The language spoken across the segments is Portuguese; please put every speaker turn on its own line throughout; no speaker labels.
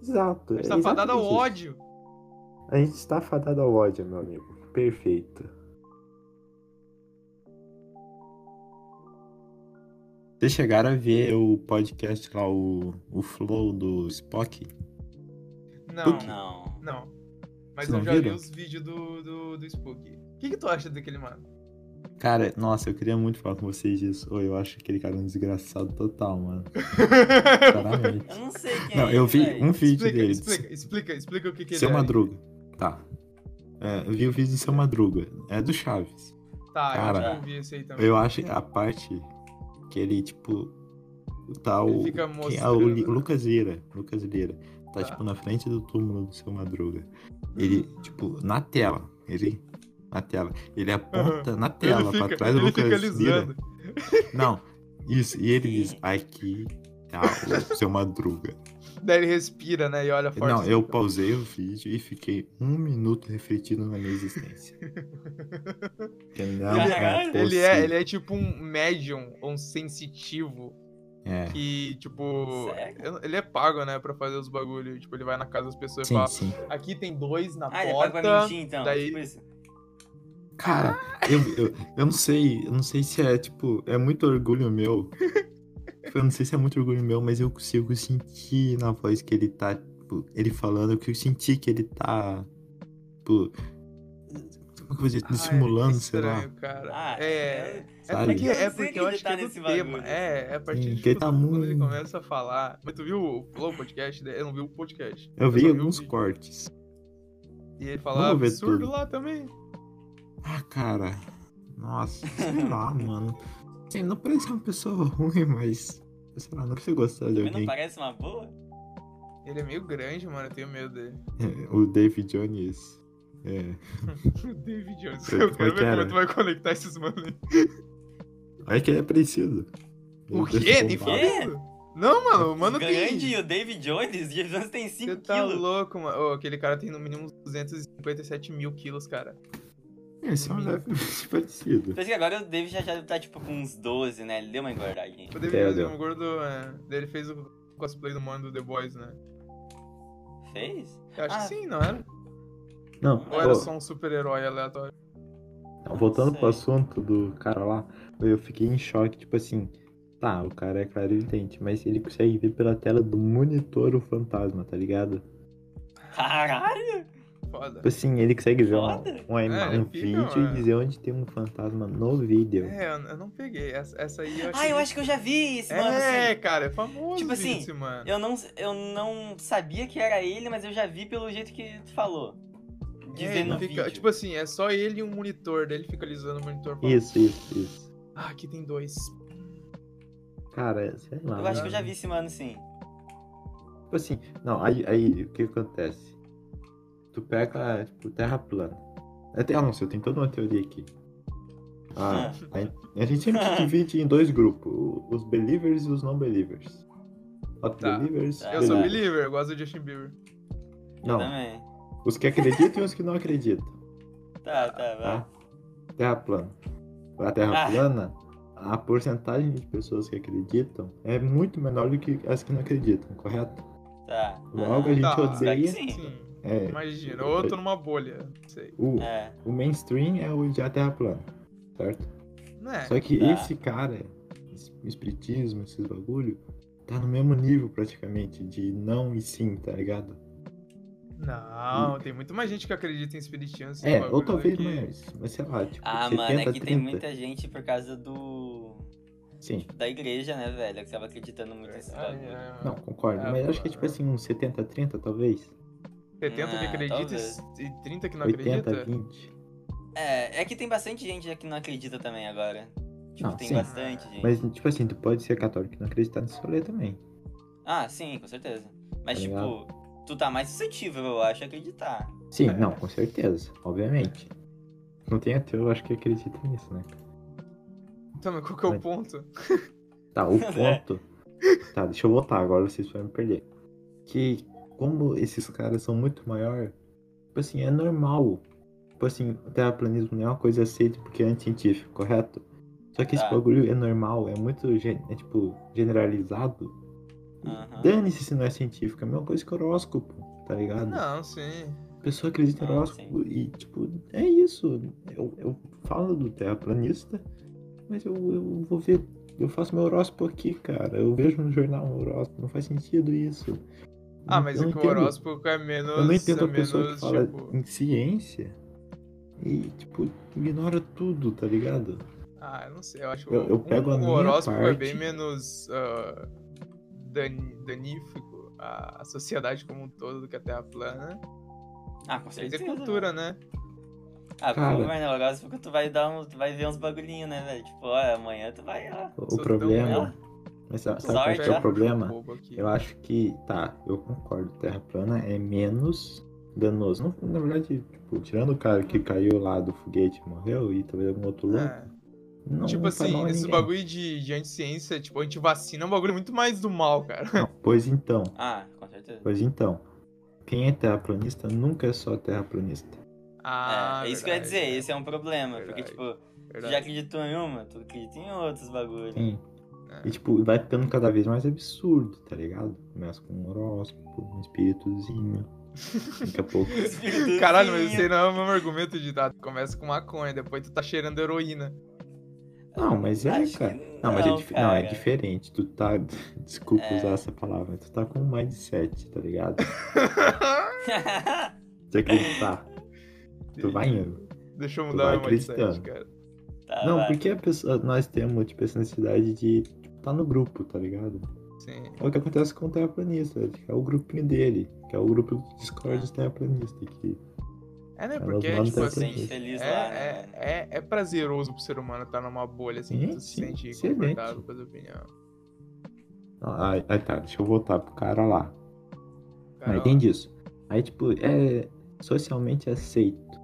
Exato.
A gente
é
tá fadado ao
exatamente isso.
ódio.
A gente está fadado ao ódio, meu amigo. Perfeito.
Vocês chegaram a ver o podcast lá, o, o Flow do Spock?
Não,
Não.
não. Mas
Vocês não
eu já li
viram?
os vídeos do, do, do Spook. O que, que tu acha daquele mano?
Cara, nossa, eu queria muito falar com vocês disso. Ô, eu acho aquele cara um desgraçado total, mano. Sinceramente.
Eu não sei quem
Não,
é
eu
esse,
vi
velho.
um vídeo
explica,
dele.
explica, explica, explica o que, que ele
Seu
é.
Madruga. Tá. É, eu vi o vídeo do Seu Madruga. É do Chaves.
Tá, eu
Cara,
já ouvi esse aí também.
Eu acho a parte que ele, tipo, tá
Ele
o.
fica
quem é? o Li-
mostrando. né?
Lucas Lira. Lucas Lira. Tá,
Tá. Uhum.
tipo, na frente do túmulo do Seu Madruga. Ele, tipo, na tela. Ele. Na tela. Ele aponta na tela
Uhum. ele fica,
pra trás do
ele
Lucas
fica
Lira.
alisando.
Não, isso. E ele diz, aqui tá o seu Madruga.
Daí ele respira, né? E olha forte.
Não, eu pausei o vídeo e fiquei um minuto refletindo na minha existência. Porque não é
Caralho,
Ele é, ele é tipo um médium ou um sensitivo
É,
que, tipo.
Sério?
eu- Ele é pago, né, pra fazer os bagulhos. Tipo, ele vai na casa das pessoas e
sim,
fala:
sim.
aqui tem dois na
Ah, ele paga pra
porta.
mentir, então.
daí-
Tipo isso.
Cara,
Ah!
eu, eu, eu não sei, eu não sei se é, tipo, é muito orgulho meu. Eu não sei se é muito orgulho meu, mas eu consigo sentir na voz que ele tá, tipo, ele falando, que eu senti que ele tá, tipo, como que eu vou dizer,
Ah, é
dissimulando, sei lá.
estranho, cara.
Ah,
é.
eu-
É
sabe?
porque, é
Eu não sei
porque
que
eu
ele
acho
tá
que é do
nesse bagulho.
tema. É, é a
Sim,
partir de
que ele tá
quando, quando ele
muito-
começa a falar. Mas tu viu o Flow podcast? dele? Eu não vi o podcast.
Eu
só
vi
o
alguns
vídeo.
cortes.
E ele fala
Vamos ver
absurdo
tudo.
lá também.
Ah, cara. Nossa, sei lá, mano. Assim, não parece uma pessoa ruim, mas. Sei lá, não precisa gostar de
Mas não
alguém.
tá.
parece uma boa?
Ele é meio grande, mano. Eu tenho medo dele.
é, O David Jones. É.
O David Jones.
Sei
Eu
como
quero
é que
ver como
era.
tu vai conectar esses manos aí.
Olha que ele é parecido.
O
Ele é
quê? Nem
bombado.
fudeu.
fudendo. Não, mano. O mano tem...
Grande e um o David Jones, o David Jones tem 5
Você tá
quilos.
louco, mano. Ô, aquele cara tem no mínimo uns 257 mil quilos, cara.
Esse é um levemente parecido.
Pensa que agora o David já, já tá tipo com uns 12, né? Ele deu uma engordadinha.
O
É,
David Jones é
deu.
um gordo. É, daí ele fez o cosplay do mano do The Boys, né?
Fez?
Eu acho
Ah.
que sim, não era?
Não,
Ou era
ó,
só um super-herói aleatório?
não, voltando
Sei.
pro assunto do cara lá, eu fiquei em choque, tipo assim. Tá, o cara é claro e evidente, mas ele consegue ver pela tela do monitor o fantasma, tá ligado?
Caralho!
Foda.
Tipo assim, ele consegue ver uma,
Foda.
uma ima-
É, ele
um
fica,
vídeo
é.
e dizer onde tem um fantasma no vídeo.
É, eu eu não peguei. Essa, essa aí eu
Ah, eu acho que eu já vi esse, mano.
É,
assim.
cara, é famoso
Tipo assim,
isso, mano.
Eu não, eu não sabia que era ele, mas eu já vi pelo jeito que tu falou.
É, ele
Dizendo no
fica-
vídeo.
Tipo assim, é só ele e um monitor, daí ele fica alisando o monitor. falando,
Isso, isso, isso.
Ah, aqui tem dois.
Cara, sei lá.
eu acho que
mano.
eu já vi esse mano, sim.
Tipo assim, não, aí, aí o que acontece? Tu pega, tipo, terra plana. Até, ah, não, eu tenho toda uma teoria aqui. Ah, a, a gente sempre se divide em dois grupos, o- os believers e os não believers. Hot
Tá.
believers,
Tá.
Eu sou
Beleza.
believer, eu gosto do Justin Bieber.
Eu
Não,
também.
os que acreditam e os que não acreditam.
Tá, tá, vai.
tá? Terra plana. A terra
Ah.
plana, a porcentagem de pessoas que acreditam é muito menor do que as que não acreditam, correto?
Tá.
Logo a gente
Tá.
odeia.
Sim.
Sim,
é,
imagina. Ou eu tô numa bolha, não sei.
o,
É.
o mainstream é o de a terra plana, certo?
Né?
Só que
Tá.
esse cara, esse espiritismo, esses bagulho, tá no mesmo nível praticamente de não e sim, tá ligado?
Não, tem muito mais gente que acredita em espiritismo. esse
É,
bagulho
ou talvez
aqui. é
mais, mas sei lá, tipo,
Ah,
70,
mano, aqui
30.
tem muita gente por causa do.
Sim,
da igreja, né, velho? Que tava acreditando muito nesse
Ai,
bagulho.
ai, ai.
não, concordo.
Ah,
mas acho que é tipo assim, uns 70, 30 talvez.
70 que
Ah,
acredita
talvez.
e- e 30 que não
80,
acredita?
20.
É, é que tem bastante gente que não acredita também agora. Tipo,
Não,
tem
sim.
bastante gente.
Mas, tipo assim, tu pode ser católico e não acreditar nesse rolê também.
Ah, sim, com certeza. Mas,
Tá
tipo, tu tá mais suscetível, eu acho, a acreditar.
Sim,
É.
não, com certeza, obviamente. Não tem ateu, eu acho que acredita nisso, né?
Então, mas qual que é o
Mas-
ponto?
Tá, o
É.
ponto. Tá, deixa eu voltar agora, vocês vão me perder. Que como esses caras são muito maior, tipo assim, é normal. Tipo assim, o terraplanismo não é uma coisa aceita porque é anticientífico, correto? Só que esse
Tá.
bagulho é normal, é muito, gen- é, tipo, generalizado.
Aham.
Dane-se se não é científica, é a mesma coisa que horóscopo, tá ligado?
Não, sim.
A pessoa acredita em
É,
Ah,
horóscopo e, tipo, é isso. Eu, eu falo do terraplanista, mas eu, eu vou ver. Eu faço meu horóscopo aqui, cara. Eu vejo no jornal um horóscopo. Não faz sentido isso.
Ah, mas
eu
é
não
que o
entendo-
horóscopo é menos.
Eu não entendo
é
a pessoa
menos,
que fala
tipo,
em ciência e, tipo, ignora tudo, tá ligado?
Ah, eu não sei, eu acho
Eu- eu
o-
pego a
o
minha
horóscopo é
parte.
bem menos ah, dani- danífico à à sociedade como um todo do que a Terra plana.
Ah, com
Isso é
certeza.
cultura, né?
Ah,
Cara.
pô, mas né, o negócio é que tu vai dar um. Tu vai ver uns bagulhinhos, né, velho? Tipo, ó, amanhã tu vai, ó.
O
Sou tão
problema.
ela.
Mas sabe sabe
Sorte,
qual que é
né?
o problema?
Bobo aqui.
Eu acho que, tá, eu concordo, terra plana é menos danoso. Não, na verdade, tipo, tirando o cara que caiu lá do foguete e morreu, e talvez algum outro louco,
É.
não
tipo
faz mal
assim,
a
esse
ninguém.
bagulho de, de anti-ciência, tipo, anti-vacina é um bagulho muito mais do mal, cara.
Não, pois então,
Ah, com certeza.
pois então. Quem é terraplanista nunca é só terraplanista.
Ah,
é, é isso que eu ia dizer,
verdade,
esse é um problema. Porque,
Verdade.
tipo, tu
verdade.
já acreditou em uma, tu acredita em outros bagulhos.
Sim.
É.
E tipo, vai ficando cada vez mais absurdo, tá ligado? Começa com um horóscopo, um espíritozinho. Daqui a pouco.
Caralho, mas esse aí não é o mesmo argumento de tá, tu começa com maconha, depois tu tá cheirando heroína.
Não, mas é,
Acho que
cara. Não, mas é, dif... não, é
cara.
diferente. Tu tá. Desculpa
É.
usar essa palavra. Tu tá com um mindset, tá ligado? De acreditar. tu vai indo.
Deixa eu
Tu
mudar
vai
meu mindset,
acreditando.
cara. Ah,
Tá,
não,
vai.
porque a pessoa- nós temos, tipo, essa necessidade de. Tipo, tá no grupo, tá ligado?
Sim.
É o que acontece com o terraplanista, que é o grupinho dele, que é o grupo do Discord dos terraplanistas, que
É, né?
Elas
Porque,
mandam
tipo
pra
assim,
sente feliz
é,
lá,
é,
né?
é, é prazeroso pro ser humano estar numa bolha assim,
Sim,
que tu se
sim,
sente
excelente.
confortável com a tua opinião.
Ah, ah, tá, deixa eu voltar pro cara lá.
Cara,
Aí tem disso. Aí, tipo, é socialmente aceito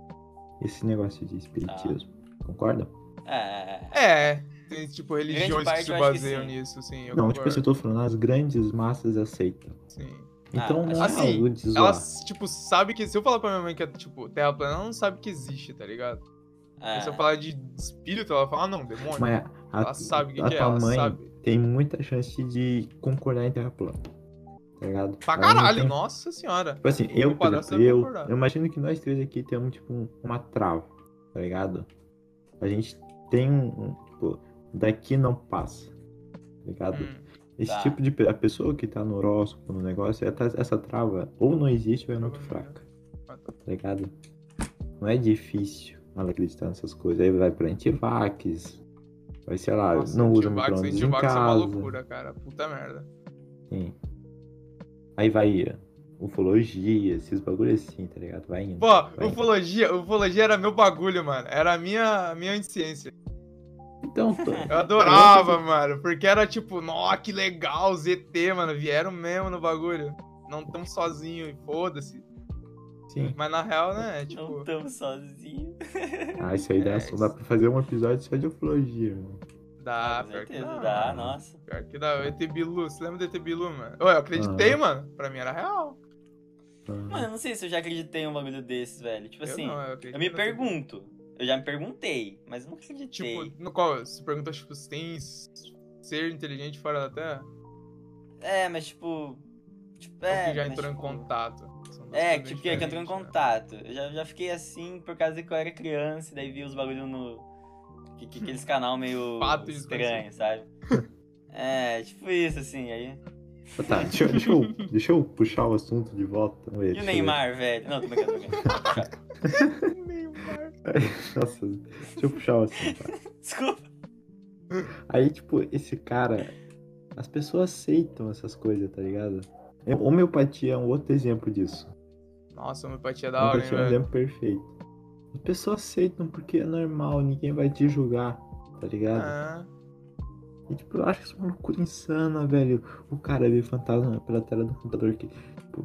esse negócio de espiritismo.
Ah.
Concorda?
É, é, é.
É, tem tipo religiões que
parte
se
eu acho que
baseiam
sim.
nisso, sim. Eu
não,
concordo,
tipo, assim, eu tô falando, as grandes massas aceitam.
sim.
Então,
Ah,
não
assim,
é algo de zoar.
Elas, tipo, sabem que. Se eu falar pra minha mãe que é, tipo, terra plana, ela não sabe que existe, tá ligado?
é.
Mas Se eu falar de espírito, ela fala, ah, não, demônio.
Mas é, a,
ela sabe o que,
a
que é,
tua
ela
mãe
sabe.
tem muita chance de concordar em terra plana. Tá ligado?
Pra
Ela não
caralho,
tem-
nossa senhora.
Tipo assim, eu, por
padrasto
exemplo,
deve
eu,
concordar.
eu imagino que nós três aqui temos, tipo, um- uma trava, tá ligado? A gente tem um, um, tipo, daqui não passa, tá ligado?
Hum,
Esse
tá.
tipo de pe- a pessoa que tá no horóscopo, no negócio, ela tá- essa trava ou não existe ou é muito
Provavelmente.
fraca, tá ligado? Não é difícil ela acreditar nessas coisas. Aí vai pra antivax, vai, sei lá,
nossa,
não usa
antivax,
micro-ondas em
antivax é uma
casa.
loucura, cara. Puta merda.
Sim. Aí vai é, ufologia, esses bagulhos assim, tá ligado? Vai indo.
Pô,
vai indo.
ufologia, ufologia era meu bagulho, mano. Era a minha, a minha ciência.
Então, tô-
Eu adorava, mano. Porque era tipo, nó, que legal, ZT, mano. Vieram mesmo no bagulho. Não tão sozinho e foda-se.
sim.
Mas na real, né? É
Não
tipo.
tamo sozinho.
Ah, isso aí dá,
É,
só dá pra fazer um episódio só de ufologia, mano.
Dá,
com
Ah, pior que
certeza,
dá.
dá, nossa.
Pior que dá. O ET Bilu, você lembra do ET Bilu, mano? Ô, eu acreditei,
Aham.
mano. Pra mim era real.
Então,
Mano, eu não sei se eu já acreditei em um bagulho desses, velho. Tipo
eu
assim,
não, é eu,
eu
acreditei
me
no ET Bilu.
pergunto. Eu já me perguntei, mas eu não acreditei.
Tipo, no qual? Você pergunta, tipo, se tem s- ser inteligente fora da Terra?
É, mas tipo. tipo
Ou
é,
que já
mas,
entrou em
tipo,
contato? São duas
É,
coisas
tipo, que que entrou em
diferentes, né?
contato. Eu já, já fiquei assim por causa que eu era criança e daí vi os bagulho no. Que, que- aqueles canal meio
Fato
estranho, sabe? é, tipo isso, assim, aí.
Ah, Tá, deixa, eu- deixa eu, deixa eu puxar o assunto de volta. Vamos ver,
E o
deixa eu ver.
Neymar, velho? Não, tô brincando, tô brincando.
Neymar.
Nossa, deixa eu puxar o assunto. tá?
Desculpa.
Aí, tipo, esse cara. As pessoas aceitam essas coisas, tá ligado? É, Homeopatia é um outro exemplo disso.
Nossa, homeopatia é da hora, hein,
Homeopatia é um
velho?
exemplo perfeito. As pessoas aceitam porque é normal, ninguém vai te julgar, tá ligado?
Ah,
E, tipo, eu acho isso uma loucura insana, velho. O cara vê fantasma pela tela do computador que, tipo,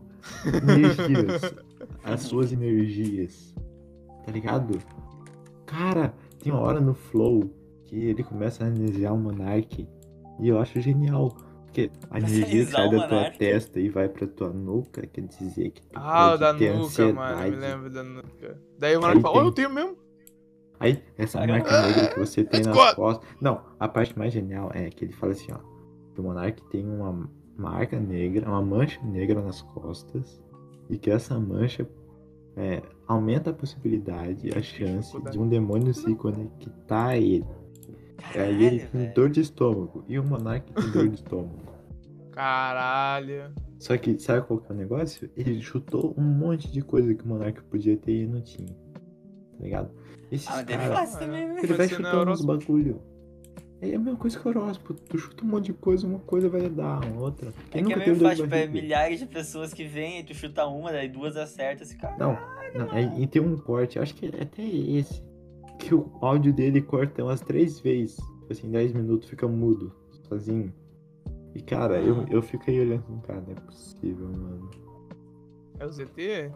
energias. as suas energias. Tá ligado? Cara, tem uma hora no Flow que ele começa a energizar o Monark. E eu acho genial. Porque a
Começa a
energia que
energizar
sai
o
da tua
Monark.
testa e vai pra tua nuca quer dizer que tu
ah o
pode
da
ter
nuca, mano. Eu me
ansiedade.
lembro da nuca. Daí o Monark
Aí
fala, oh,
tem-
eu tenho mesmo.
Aí, essa
Caramba.
marca negra que você tem nas
Escola.
costas. Não, a parte mais genial é que ele fala assim, ó. Que o Monark tem uma, marca negra, uma mancha negra nas costas, e que essa mancha é, aumenta a possibilidade, a chance de um demônio se conectar a ele. E aí ele
Caralho,
tem
velho.
dor de estômago, e o monarca tem dor de estômago.
Caralho.
Só que sabe qual que é o negócio? Ele chutou um monte de coisa que o monarca podia ter e não tinha. Tá ligado? Esses
Ah, mas deve
caras-
fácil também, né?
Ele vai
Você não é
chutando uns
horóscopo.
bagulho. É a mesma coisa que o horóscopo. Tu chuta um monte de coisa, uma coisa vai dar, uma outra. Quem
É que é
nunca
meio
teve dor de
fácil, tipo, é
barriga?
milhares de pessoas que vêm, aí tu chuta uma, daí duas acertas, e cara.
Não, não é- e tem um corte, acho que é até esse. Que o áudio dele corta umas três vezes. Tipo assim, 10 minutos, fica mudo, sozinho. E cara,
Ah.
eu, eu fiquei olhando assim, cara, não é possível, mano.
É o ZT?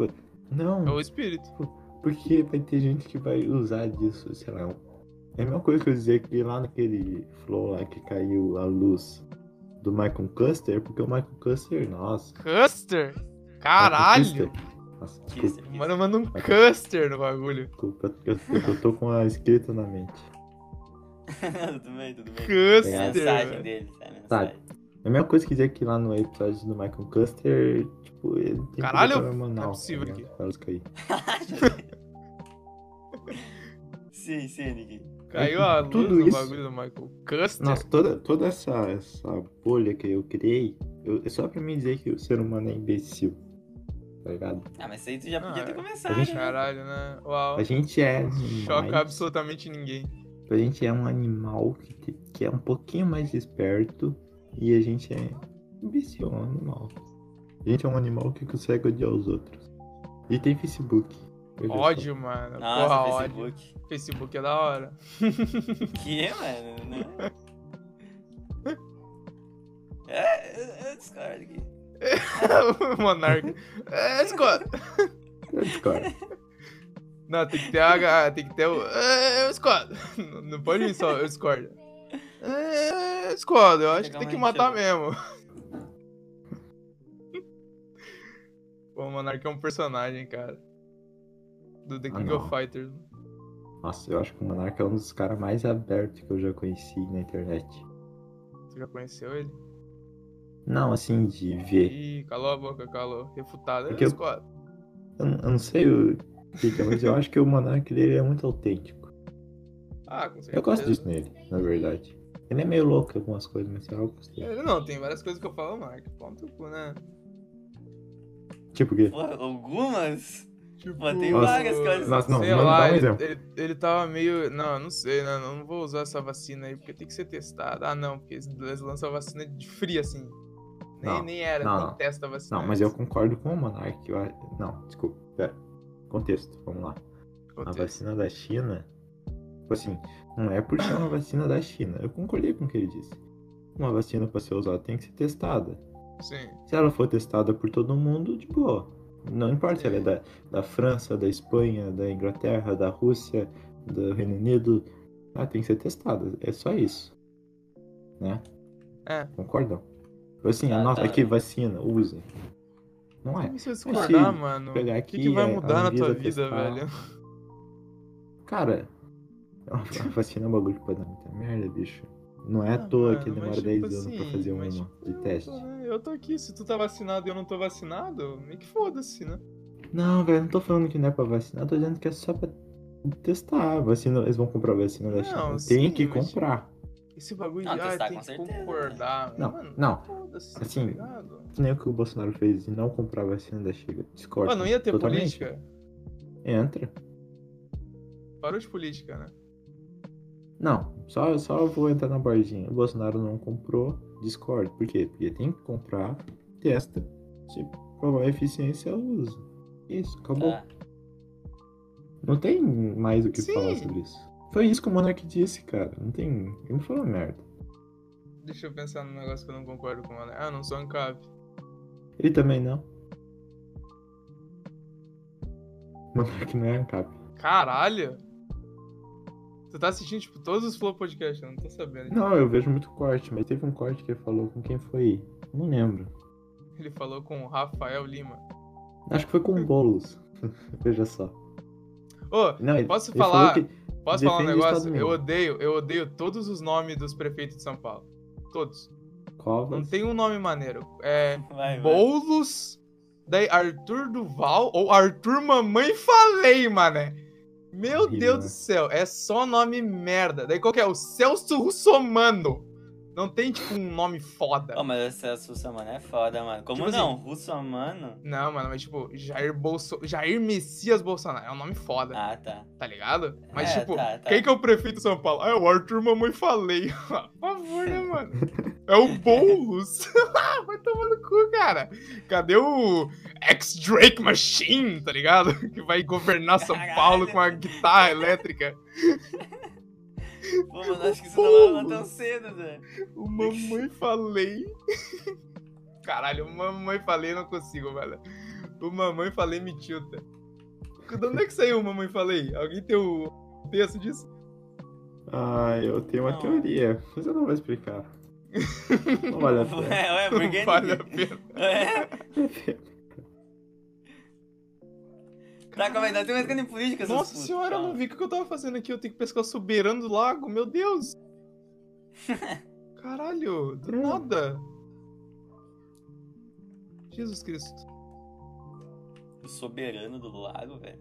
Não,
É o espírito.
porque vai ter gente que vai usar disso, sei lá. É a mesma coisa que eu dizer que lá naquele flow lá que caiu a luz do Michael Custer, porque o Michael Custer, nossa.
Custer? Caralho.
Michael Custer. Nossa,
Que
desculpa,
isso?
Mano, manda um Custer no bagulho.
desculpa, eu, eu- eu tô com a escrita na mente.
tudo bem, tudo bem. É a
Custer.
mensagem
velho.
deles, é a mensagem.
Sabe. É a mesma coisa que dizer que lá no episódio do Michael Custer, tipo, ele tem
Caralho,
problema hormonal,
não é possível
tá ligado?
aqui.
Pra elas caírem.
sim, sim, Nick.
Caiu a
É
luz
que tudo
no
isso-
bagulho do Michael. Custer?
Nossa, toda, toda essa, essa bolha que eu criei, eu- é só pra mim dizer que o ser humano é imbecil. Tá ligado?
Ah, mas isso aí tu já podia
Ah,
ter
é.
começado. né?
Caralho, né? Uau.
A gente é.
Choca
animais,
absolutamente ninguém.
A gente é um animal que, te- que é um pouquinho mais esperto e a gente é imbecil, um animal. A gente é um animal que consegue odiar os outros. E tem Facebook. Olha só.
Ódio, mano.
Nossa,
Porra, ódio.
Facebook.
Facebook é da hora.
Que, mano? né? Não. É, eu, eu discordo aqui.
Monarca. É, Scott.
É Discord.
Não, tem que ter a. Tem que ter o. É, eu discordo. Não- Não pode ir só, eu discordo. É, eu discordo, eu acho que tem que matar mesmo. Pô, o Monark é um personagem, cara. Do The
Ah,
King
não.
of Fighters.
Nossa, eu acho que o Monarca é um dos caras mais abertos que eu já conheci na internet.
Você já conheceu ele?
Não, assim, de ver.
Ih, calou a boca, calou. Refutado. É,
Porque
eu
eu-
discordo.
Eu, não- eu não sei o que que é, mas eu acho que o Monarca dele é muito autêntico.
Ah, com certeza.
Eu gosto disso nele, na verdade. Ele é meio louco em algumas coisas, mas eu gostei.
Ele não, tem várias coisas que eu falo, Monark. Ponto cu, né?
Tipo, que
Porra, algumas?
Tipo,
Mas tem
várias
coisas.
Nossa, não,
sei
manda- dá
lá,
um
ele,
exemplo.
ele, ele tava meio. Não, eu não sei, né? Não vou usar essa vacina aí, porque tem que ser testada. Ah, não, porque eles lançam a vacina de fria, assim. Nem,
Não,
nem era,
não,
nem
não.
testa a vacina. é
Não, mas eu
antes.
concordo com o Monark. eu a- Não, desculpa. Pera. Contexto, vamos lá. A
Acontece.
vacina da China. Tipo assim, não é por ser uma vacina da China. Eu concordei com o que ele disse. Uma vacina pra ser usada tem que ser testada.
Sim.
Se ela for testada por todo mundo, de boa. Não importa se ela é da, da França, da Espanha, da Inglaterra, da Rússia, do Reino Unido. Ela tem que ser testada. É só isso. Né?
É.
Concordam? Tipo assim,
Ah,
a nota
tá.
aqui, vacina, usem. Não é.
Como você vai
Mas se
discordar, mano? O
pegar
que,
aqui,
que vai
é,
mudar na
Anvisa
tua vida,
testar.
velho?
Cara, a vacina é um bagulho que pode dar muita merda, bicho. Não é à
Ah,
toa que
mano,
demora
mas,
10
tipo
anos pra
assim,
fazer uma
mas,
de
Eu
teste.
tô, né? Eu tô aqui, se tu tá vacinado e eu não tô vacinado, meio que foda-se, né?
Não, velho, não tô falando que não é pra vacinar, eu tô dizendo que é só pra testar. A Vacina, eles vão comprar a vacina da
Não,
China. Tem
sim,
que
mas-
comprar.
Esse bagulho
Não,
de, ah,
testar
tem
com
que
certeza, né?"
concordar.
Não,
mano,
não.
Foda-se, tá
Assim,
ligado?
Que nem o que o Bolsonaro fez de não comprar a vacina da China. Discordo.
Mano, não ia ter
totalmente.
política.
Entra.
Parou de política, né?
Não, só, só eu vou entrar na bordinha. O Bolsonaro não comprou, discordo. Por quê? Porque tem que comprar, testa, se provar a eficiência, usa. Isso, acabou.
Tá.
Não tem mais o que
Sim.
falar sobre isso. Foi isso que o Monark disse, cara. Não tem. Ele não falou merda.
Deixa eu pensar num negócio que eu não concordo com ela. Ah, eu não sou ANCAP.
Ele também não. O Monark não é ANCAP.
Caralho! Tu tá assistindo, tipo, todos os Flow Podcast, eu não tô sabendo.
Não, eu vejo muito corte, mas teve um corte que ele falou com quem foi. Não lembro.
Ele falou com o Rafael Lima.
Acho que foi com o Boulos. Veja só.
Ô,
Não, ele,
Posso
ele falou
falar?
que-
posso falar um
Defende o Estado
negócio?
mesmo.
Eu odeio, eu odeio todos os nomes dos prefeitos de São Paulo. Todos.
Covas.
Não tem um nome maneiro. É
Ah, Vai, vai.
Boulos, daí Arthur Duval ou Arthur Mamãe Falei, mané. Meu
Horrível,
Deus
né?
do céu, é só nome merda. Daí qual que é? O Celso Russomano. Não tem, tipo, um nome foda.
Ô, mas essa Russa, mano, é foda, mano. Como
Tipo
não? Russo, mano?
Não, mano, mas tipo, Jair, Bolso... Jair Messias Bolsonaro. É um nome foda,
Ah, tá.
tá ligado? Mas,
É,
tipo,
tá, tá.
quem que é o prefeito de São Paulo? Ah, é o Arthur Mamãe Falei. Por favor, né, mano? É o Boulos. Vai tomar no cu, cara. Cadê o ex-Drake Machine, tá ligado? Que vai governar São
Caralho.
Paulo com a guitarra elétrica. é
Pô, mano, acho que isso não vai lá tão cedo, velho.
O Mamãe Falei. Caralho, o Mamãe Falei eu não consigo, velho. O Mamãe Falei me tilta. De onde é que saiu o Mamãe Falei? Alguém tem o texto disso?
Ah, eu tenho uma
Não.
teoria, mas eu não vou explicar. Não vale a pena.
Ué, ué, por que
Não Tá vale a
ninguém-
pena.
É. Tá, calma aí, tá até entrando em política, essas
Nossa
putas,
senhora, eu
calma.
não vi o que eu tava fazendo aqui. Eu tenho que pescar o soberano do lago, meu Deus. Caralho, do
É.
nada. Jesus Cristo.
O soberano do lago, velho.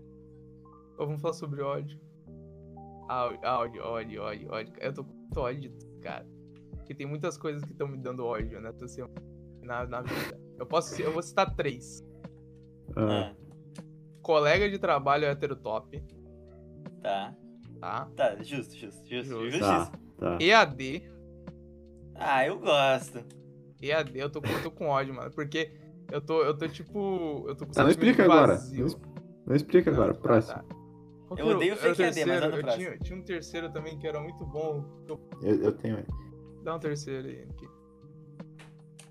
Ó, Vamos falar sobre ódio. Ah, ah, ódio, ódio, ódio, ódio. Eu tô com muito ódio de tudo, cara. Porque tem muitas coisas que estão me dando ódio né? Tô sem- na, na vida. Eu posso, eu vou citar três.
Ah,
Colega de trabalho hétero top,
Ah, tá.
tá?
Tá, justo, justo, justo.
Justo.
Justo.
tá, tá.
é EAD,
Ah, eu gosto.
EAD, é, eu tô, com- eu tô com ódio, mano. Porque eu tô, eu tô tipo, eu tô com
Tá, não
sentimento
explica agora.
vazio.
Não, es- não explica agora,
Tá,
próximo.
tá. Qual que
Eu
era o-
odeio
era o
fake EAD, mas
terceiro?
anda no
Eu
próximo.
tinha, tinha um terceiro também que era muito bom. Eu-
Eu, eu tenho. é,
Dá um terceiro aí. Aqui.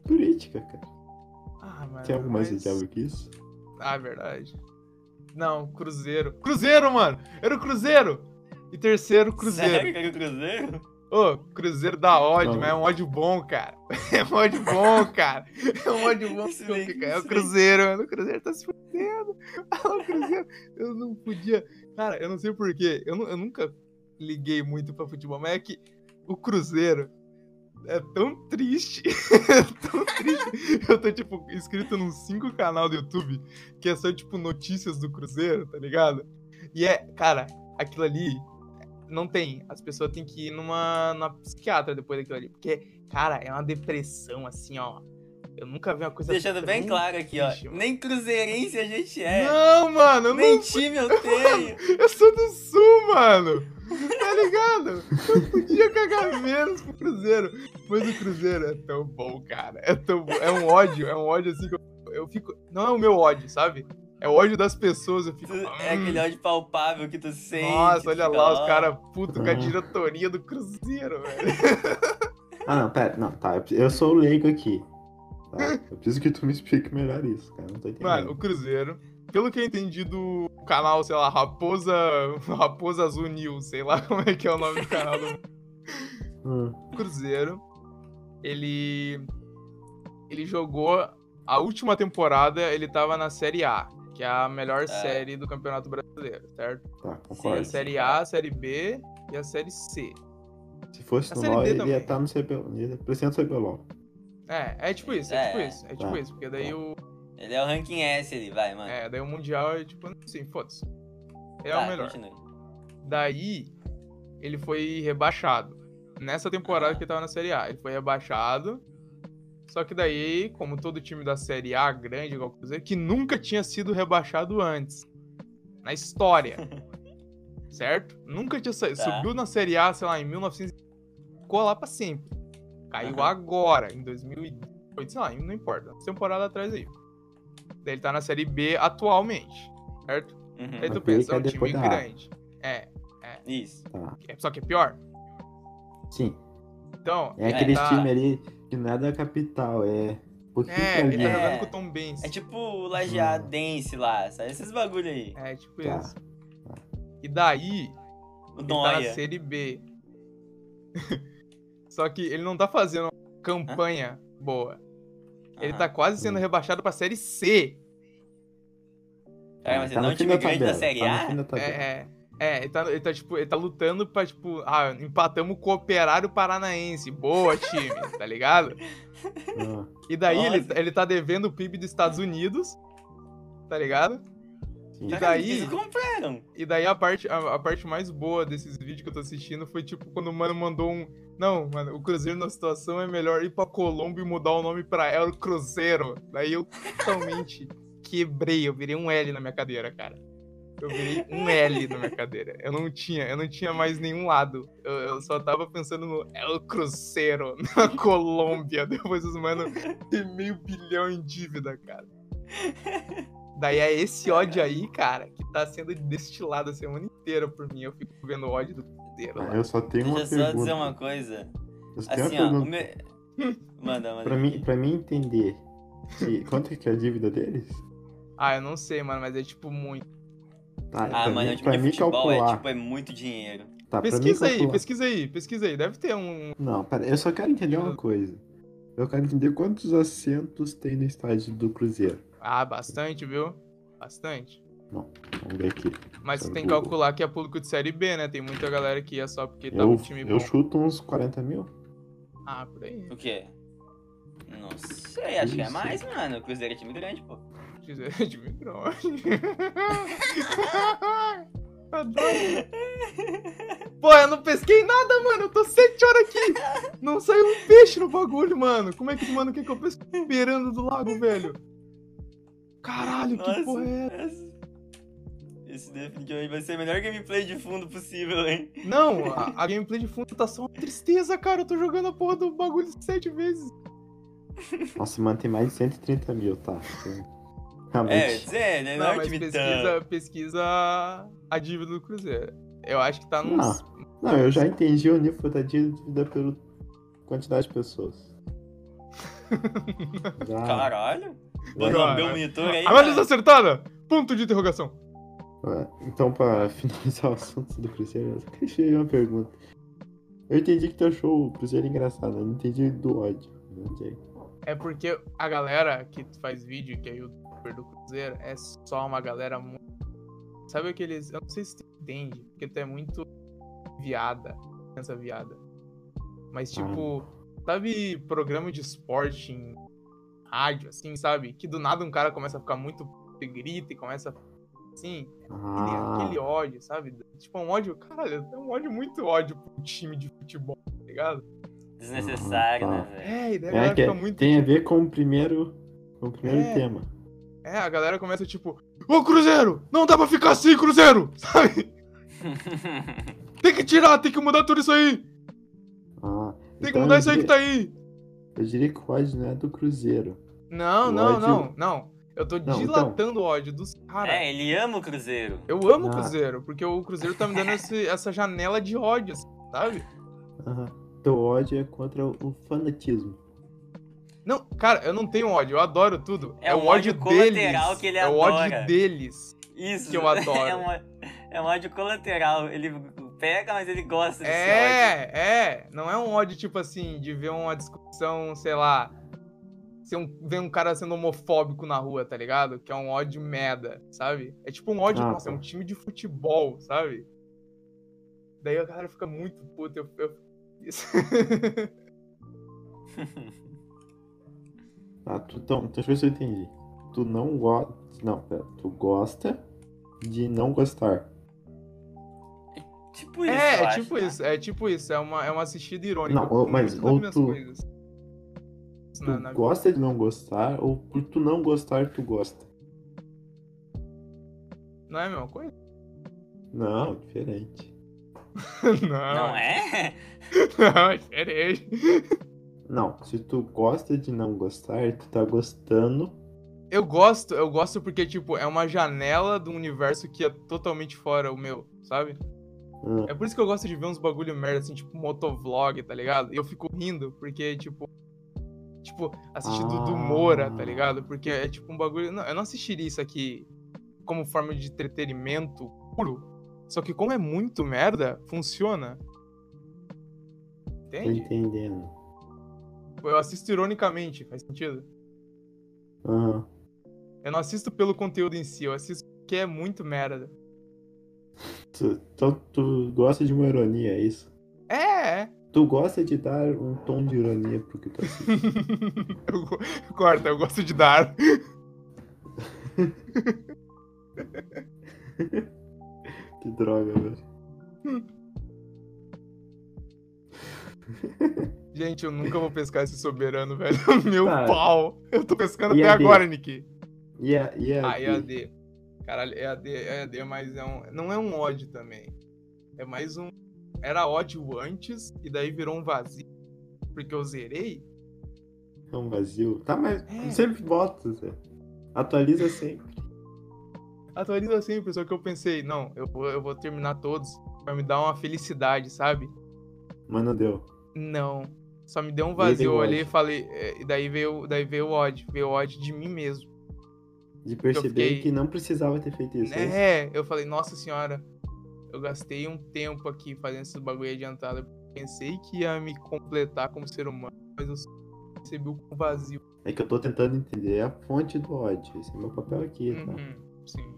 Política, cara.
Ah, mano.
Tem algo mais
mas-
odiável que isso?
Ah, verdade. Não, Cruzeiro. Cruzeiro, mano! Era o Cruzeiro! E terceiro, Cruzeiro.
Sério que é o Cruzeiro?
Ô, Cruzeiro dá ódio,
Não.
mas é um ódio bom, cara. É um ódio bom, cara. É um ódio bom
Isso
que eu
daí,
fico. É o
isso daí.
Cruzeiro, mano. O Cruzeiro tá se fudendo. Ah, o Cruzeiro. Eu não podia. Cara, eu não sei porquê. Eu, nu- eu nunca liguei muito pra futebol, mas é que o Cruzeiro é tão triste. é tão triste. Eu tô, tipo, inscrito num cinco canal do YouTube que é só, tipo, notícias do Cruzeiro, tá ligado? E é, cara, aquilo ali não tem. As pessoas têm que ir numa, numa psiquiatra depois daquilo ali. Porque, cara, é uma depressão, assim, ó. Eu nunca vi uma coisa
Deixando bem
tão
claro aqui, ó.
triste, mano.
Nem cruzeirense a gente é.
Não, mano, eu,
Nem
não,
time eu tenho.
eu sou do sul, mano. Tá ligado? Eu podia cagar menos pro Cruzeiro. Mas o Cruzeiro é tão bom, cara. É tão bom. É um ódio, é um ódio assim que eu, eu fico. Não é o meu ódio, sabe? É o ódio das pessoas. Eu fico.
Tu- É
"Hum,
aquele ódio palpável que tu sente.
Nossa,
tu
olha
fica,
lá
ó.
os caras putos com a diretoria do Cruzeiro, velho.
Ah, não, pera, não, tá. eu preciso- Eu sou o leigo aqui. tá? Eu preciso que tu me explique melhor isso, cara. Não tô entendendo.
Mano, o Cruzeiro, pelo que eu entendi do canal, sei lá, Raposa, Raposa Azul News, sei lá como é que é o nome do canal do
Hum,
Cruzeiro, ele ele jogou a última temporada, ele tava na Série A, que é a melhor série do Campeonato Brasileiro, certo?
tá,
Tem
concordo.
a Série A, a Série B e a Série C.
Se fosse
a
no
Série
LOL,
D
ele ia
também.
estar no CBLOL. Ele ia precisar do CBLOL.
É, é tipo isso, é,
É,
tipo
é.
isso, é tipo
Tá.
isso, porque daí
Tá.
o
Ele é o ranking S ali, vai, mano.
é, daí o mundial é tipo assim, foda-se. Ele é
Tá,
o melhor.
continue.
Daí, ele foi rebaixado. Nessa temporada
Ah.
que ele tava na Série A, ele foi rebaixado. Só que daí, como todo time da Série A grande, igual o Cruzeiro, que nunca tinha sido rebaixado antes. Na história. certo? Nunca tinha saído.
Tá.
Subiu na Série A, sei lá, em 1900. Ficou lá pra sempre. Caiu
Aham.
agora, em 2008, sei lá, não importa. Temporada atrás aí. Daí ele tá na Série B atualmente. Certo? Aí
Uhum.
tu
Mas ele
pensa, é um
cai
time
depois da A.
grande. É,
Isso.
Tá.
é, só que é pior.
Sim.
Então,
É
É,
aqueles
tá-
times ali que não é da capital, é. Porque
É, ele tá
É.
jogando com o Tom Benz.
É tipo o lajeadense lá, sabe? Esses bagulho aí.
É, tipo
Tá.
isso. E daí,
O
ele tá
Noia.
na Série B. só que ele não tá fazendo uma campanha boa. Ele
Aham.
tá quase sendo
Hum.
rebaixado pra Série C.
Cara, mas
tá
não
no
é um
fim
time
da
É,
um grande da
tá
tabela,
Série
tá no
A?
fim da tabela.
É, é. É, ele tá, ele tá, tipo, ele tá lutando pra, tipo, ah, empatamos com o operário paranaense. Boa, time, tá ligado?
É.
Ah,
E daí ele,
Nossa.
ele tá devendo o PIB dos Estados Unidos, tá ligado?
sim.
E
Cara,
daí-
Eles compraram.
E daí a parte, a, a parte mais boa desses vídeos que eu tô assistindo foi tipo quando o mano mandou um. Não, mano, o Cruzeiro na situação é melhor ir pra Colômbia e mudar o nome pra El Cruzeiro. Daí eu totalmente quebrei, eu virei um L na minha cadeira, cara. Eu virei um L na minha cadeira. Eu não tinha, eu não tinha mais nenhum lado. Eu, eu só tava pensando no El Cruzeiro, na Colômbia. Depois os mano tem meio bilhão em dívida, cara. Daí é esse ódio aí, cara, que tá sendo destilado a semana inteira por mim. Eu fico vendo o ódio do Cruzeiro
Ah,
lá.
eu só tenho uma
Deixa eu só dizer
pergunta.
uma coisa.
Eu só tenho
Assim, ó,
uma
o
pergunta.
meu... Manda, manda.
Pra mim, pra mim entender se- quanto é que é a dívida deles?
Ah, eu não sei, mano, mas é tipo muito.
Tá,
Ah,
pra
mano,
mim,
o time
pra
de
mim
futebol é,
calcular.
tipo, é muito dinheiro.
Tá, pra mim
Pesquisa aí,
calcular.
pesquisa aí, pesquisa aí. Deve ter um.
Não, pera, eu só quero entender uma coisa. Eu quero entender quantos assentos tem no estádio do Cruzeiro.
Ah, bastante, viu? Bastante.
Vamos ver aqui.
Mas você tem que
Google.
calcular que é público de série B, né? Tem muita galera que ia só porque tava um
Eu,
time bom.
eu chuto uns 40 mil?
Ah, por aí.
O quê? Não sei, acho que é
Isso.
mais, mano. O Cruzeiro é time grande, pô.
Dizer de microfone. Adoro. Tá Pô, eu não pesquei nada, mano. Eu tô sete horas aqui. Não saiu um peixe no bagulho, mano. Como é que, mano, quer que eu pesque beirando do lago, velho? Caralho, que porra é essa?
essa? Esse definitivamente vai ser a melhor gameplay de fundo possível, hein?
Não, a, a gameplay de fundo tá só uma tristeza, cara. Eu tô jogando a porra do bagulho sete vezes.
Nossa, mano, tem mais de 130 mil, tá. Tem-
É,
Realmente.
dizer, né?
Não,
Não, é o
mas
time
pesquisa, pesquisa a dívida do Cruzeiro. Eu acho que tá nos.
Não, não, eu já entendi o nível da dívida pela quantidade de pessoas. Já,
tão- Caralho. Vou
Não,
romper
é-
o monitor aí.
Análise
cara.
acertada! Ponto de interrogação.
Ah, Então, pra finalizar o assunto do Cruzeiro, eu só queria te fazer uma pergunta. Eu entendi que tu achou o Cruzeiro é engraçado, eu não entendi do ódio. né, Não sei.
É porque a galera que faz vídeo, que é youtuber do Cruzeiro, é só uma galera muito. Sabe aqueles. Eu não sei se tu entende, porque tu é muito viada, criança viada. Mas tipo, sabe programa de esporte em rádio, assim, sabe? Que do nada um cara começa a ficar muito puto e grita e começa a. Assim, aquele,
Ah,
aquele ódio, sabe? Tipo, um ódio, caralho, é um ódio muito ódio pro time de futebol, tá ligado?
Desnecessário,
Ah,
né,
tá.
velho?
É, e daí a
é
galera
que
fica muito. tipo
tem a ver com o primeiro, com o primeiro
É.
tema.
É, a galera começa tipo, ô Cruzeiro, não dá pra ficar assim, Cruzeiro, sabe? Tem que tirar, tem que mudar tudo isso aí, tem
Ah,
que
então
mudar
eu
isso aí que
diria-
tá aí.
Eu diria que o ódio não é do Cruzeiro.
Não,
O
não,
ódio-
não, não. Eu tô
Não, então.
dilatando o ódio dos caras.
É, ele ama o Cruzeiro.
Eu amo o
Ah.
Cruzeiro, porque o Cruzeiro tá me dando esse- essa janela de ódio, assim, sabe?
Aham. Teu ódio é contra o fanatismo.
Não, cara, eu não tenho ódio, eu adoro tudo.
É
o
um ódio colateral
deles.
que ele
é o
adora.
ódio deles.
Isso.
Que eu adoro.
É um, é um ódio colateral. Ele pega, mas ele gosta desse ódio.
É, é. Não é um ódio, tipo assim, de ver uma discussão, sei lá. Ser um, ver um cara sendo homofóbico na rua, tá ligado? Que é um ódio merda, sabe? É tipo um ódio,
Ah,
nossa, é
tá.
um time de futebol, sabe? Daí a galera fica muito puta. Eu, eu... Isso.
Ah, tu, então, então deixa eu ver se eu entendi. Tu não gosta. Não, pera. Tu gosta de não gostar.
Tipo isso.
é,
eu
é
acho,
tipo
né?
isso, é tipo isso, é uma, é uma assistida irônica.
Não, ou- mas
Muitas
ou
Tipo, minhas
tu-
coisas.
Tu
Na- na-
gosta de não gostar ou por tu não gostar, tu gosta?
Não é a mesma coisa?
Não, diferente.
Ah.
Não é?
Não, é diferente.
Não, se tu gosta de não gostar, tu tá gostando.
Eu gosto, eu gosto porque, tipo, é uma janela do universo que é totalmente fora o meu, sabe?
Ah,
É por isso que eu gosto de ver uns bagulho merda, assim, tipo, motovlog, tá ligado? E eu fico rindo, porque, tipo. Tipo, assistir do, do Moura, tá ligado? Porque é tipo um bagulho. Não, eu não assistiria isso aqui como forma de entretenimento puro. Só que como é muito merda, funciona.
tô
Entende?
entendendo.
Eu assisto ironicamente, faz sentido?
Aham.
Eu não assisto pelo conteúdo em si, eu assisto porque é muito merda.
Tu- Então tu gosta de uma ironia, é isso?
É, é.
Tu gosta de dar um tom de ironia pro que tu assiste.
Eu go- corta, eu gosto de dar.
Que droga, velho.
Gente, eu nunca vou pescar esse soberano, velho. Meu
Cara.
pau. Eu tô pescando
E
até
a D?
agora, Nick.
E a, e é a,
Ah, EAD. Caralho, EAD, EAD, mas é um, não é um ódio também. É mais um. Era ódio antes, e daí virou um vazio. Porque eu zerei.
É um vazio. Tá, mas
É.
sempre bota, Zé. Atualiza sempre.
Atualiza sempre, só que eu pensei, não, eu vou, eu vou terminar todos. Vai me dar uma felicidade, sabe?
Mas não deu.
Não. Só me deu um
daí
vazio.
veio
Eu
o
olhei e
ódio.
falei. é, E daí veio, daí veio o ódio. Veio o ódio de mim mesmo.
De perceber
fiquei-
que não precisava ter feito isso. é isso?
É, eu falei, nossa senhora, eu gastei um tempo aqui fazendo esses bagulho adiantado. Eu pensei que ia me completar como ser humano, mas eu só percebi o quão vazio.
É que eu tô tentando entender a fonte do ódio. Esse é meu papel aqui, tá?
Uhum, sim.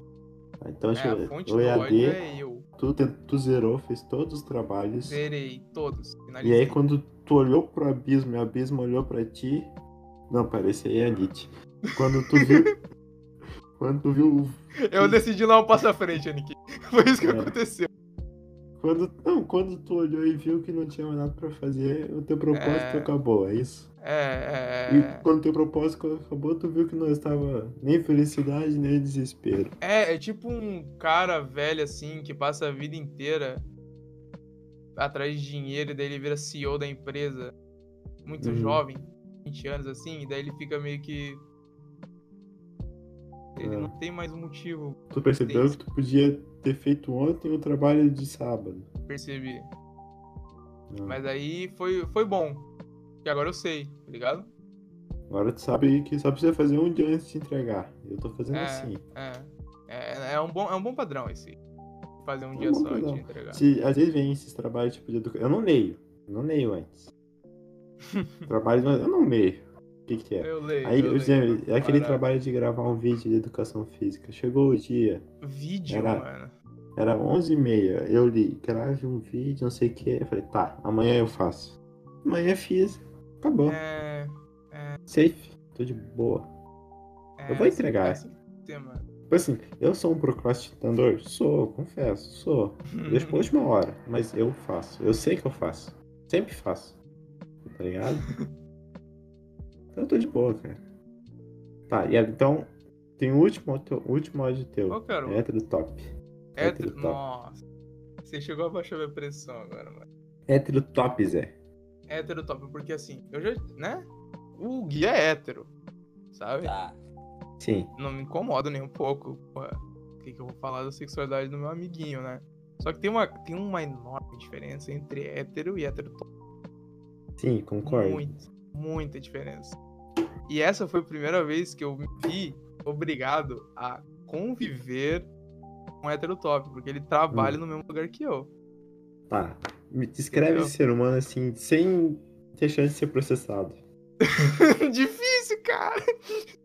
Tá, Então,
É, a
acho
fonte
que o
do
EAD,
ódio é eu.
tu, ten- tu zerou, fez todos os trabalhos.
Zerei todos.
E
Finalizei.
aí, quando tu olhou pro abismo e o abismo olhou pra ti. Não, parecia aí é a Nietzsche. Quando tu viu. quando tu viu. o-
Eu decidi dar um passo à frente, Aniki. Foi isso que
É.
aconteceu.
Quando, não, quando tu olhou e viu que não tinha mais nada pra fazer, o teu propósito
É.
acabou, é isso?
É,
E
é,
quando teu propósito acabou, tu viu que não estava nem felicidade, nem desespero.
é, é tipo um cara velho assim que passa a vida inteira atrás de dinheiro e daí ele vira CEO da empresa. Muito
Uhum.
jovem, 20 anos assim, e daí ele fica meio que. Ele
É.
não tem mais um motivo,
Tu percebeu que tu podia ter feito ontem o trabalho de sábado.
percebi.
Não.
Mas aí foi, foi bom. E agora eu sei, tá ligado?
Agora tu sabe que só precisa fazer um dia antes de entregar. Eu tô fazendo
É.
assim.
É. É, é um, bom, é um bom padrão esse. Fazer um
É um
dia
bom
só e
padrão.
te entregar.
Se, às vezes vem esses trabalhos tipo de educação. Eu não leio. Eu não leio antes. trabalho. Eu não leio. O que, que é?
Eu leio.
Aí,
eu
eu
leio.
dizia, é aquele
Caralho.
trabalho de gravar um vídeo de educação física. Chegou o dia,
Vídeo,
Era-
mano.
era 11h30. Eu li, grave um vídeo, não sei o que. Eu falei, tá, amanhã eu faço. Amanhã fiz. Acabou.
É,
Safe. Tô de boa.
é,
Eu vou entregar.
é assim que tem que ser, mano.
Tipo assim, eu sou um procrastinador? Sou, confesso, sou. Hum.
Uhum.
Deixa pra última hora, mas eu faço. Eu sei que eu faço. Sempre faço. Tá ligado? Então eu tô de boa, cara. Tá, e então tem o último, teu- o último áudio
Qual
teu.
que era o
É hétero top.
hétero?
hétero top.
Nossa. Você chegou a baixar minha pressão agora, mano.
Hétero top, Zé.
Hétero top, porque assim, eu já. né? O guia é hétero. Sabe?
Tá.
Sim.
Não me incomodo nem um pouco. Porra, o que, que eu vou falar da sexualidade do meu amiguinho, né? Só que tem uma, tem uma enorme diferença entre hétero e hétero top.
Sim, concordo.
Muito, muita diferença. E essa foi a primeira vez que eu me vi obrigado a conviver com um hétero top, porque ele
Hum.
trabalha no mesmo lugar que eu.
Tá. Me descreve
Entendeu?
esse ser humano assim, sem ter chance de ser processado.
Difícil, cara!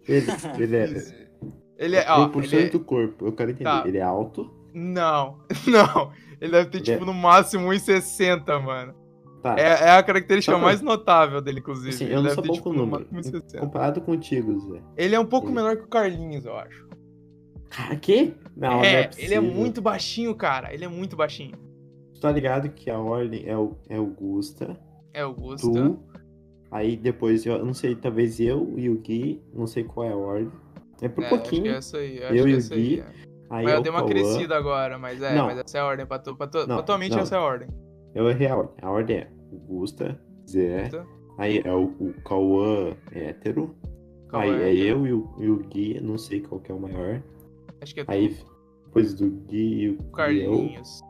Ele, ele é.
Ele é, ó, ele
100%
é-
do corpo. Eu quero entender.
Tá.
Ele é alto.
Não, não. Ele deve ter,
Ele
tipo,
é-
no máximo 1,60, mano.
Tá.
É, é a característica
Só pra-
mais notável dele, inclusive.
Assim,
Ele
eu não
deve
sou
ter,
bom
tipo,
com
no
número.
máximo 1,60.
Comparado contigo, Zé.
Ele é um pouco
Ele-
menor que o Carlinhos, eu acho.
Cara, quê? Não, não
é, ele é
possível.
muito baixinho, cara. Ele é muito baixinho.
Tu tá ligado que a ordem é, o, é Augusta,
É Augusta.
tu, aí depois, eu eu não sei, talvez eu e o Gui, não sei qual é a ordem. É por
É, Acho
pouquinho.
que é essa aí, acho
Eu
que é
e o
essa aí.
Gui,
é.
Aí
Mas eu
é o
dei uma
Cauã.
crescida agora, mas é,
Não.
mas essa é a ordem. Pra, tu, pra, tu,
Não,
pra tua mente,
não.
essa é a ordem.
Eu errei a ordem. A ordem é Augusta, Zé,
Tá?
aí é o, o Cauã é hétero,
Calma
aí é eu e o, e o Gui, não sei qual que é o maior.
Acho que é tu,
Aí depois do Gui e o
o
e eu,
Carlinhos.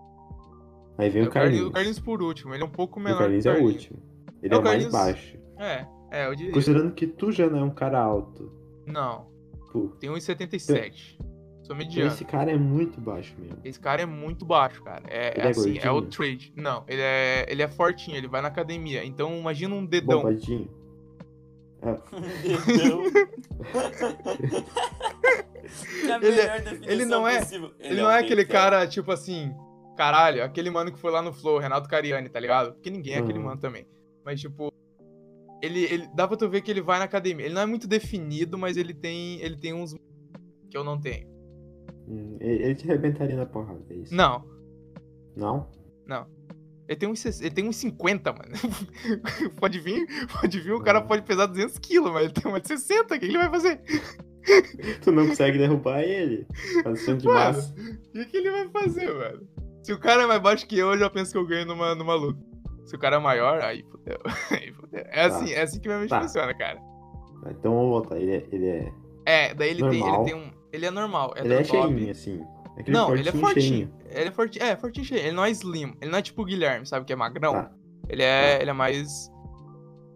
aí vem
É
o Carlinhos.
O Carlinhos por último, ele é um pouco
O
menor.
Carlinhos
que
é o último. Ele
É
é,
o
o mais
Carlinhos-
baixo.
É, é, eu diria.
Considerando que tu já não é um cara alto.
Não,
Pô,
tem 1,77. Sou mediano.
esse cara é muito baixo mesmo.
Esse cara é muito baixo, cara. É,
Ele
é
é
assim, é o
gordinho?
trade. Não, ele é, ele é fortinho, ele vai na academia. Então imagina um dedão.
Bombadinho.
Dedão. É a
Ele-
melhor definição
ele não é-
possível.
Ele não é
alguém
aquele
que é-
cara, tipo assim, caralho, aquele mano que foi lá no Flow, Renato Cariani, tá ligado? Porque ninguém é aquele
Uhum.
mano também. Mas, tipo, ele, ele. Dá pra tu ver que ele vai na academia. Ele não é muito definido, mas ele tem. Ele tem uns. Que eu não tenho.
Hum, Ele ele te arrebentaria na porrada, é isso?
Não.
Não?
Ele tem uns, 60 ele tem uns 50, mano. pode vir, pode vir, o cara
Uhum.
pode pesar 200 quilos, mas ele tem mais de 60, o que ele vai fazer?
Tu não consegue derrubar ele? Fazendo de
Mano.
massa.
O que, que ele vai fazer, mano? Se o cara é mais baixo que eu, eu já penso que eu ganho numa, numa luta. Se o cara é maior, aí fudeu. Aí fudeu. É
Tá.
assim, é assim que minha mente
Tá.
funciona, cara.
Então vamos voltar. Ele é. Ele é,
É, daí ele tem, ele
Normal.
tem um. Ele é normal, é
ele é
do top.
cheinho, assim. Aquele
Não, ele é
cheinho.
fortinho. Ele é fortinho, é, fortinho cheio. Ele não é slim. Ele não é tipo o Guilherme, sabe? Que é magrão.
Tá.
Ele é. Ele é mais.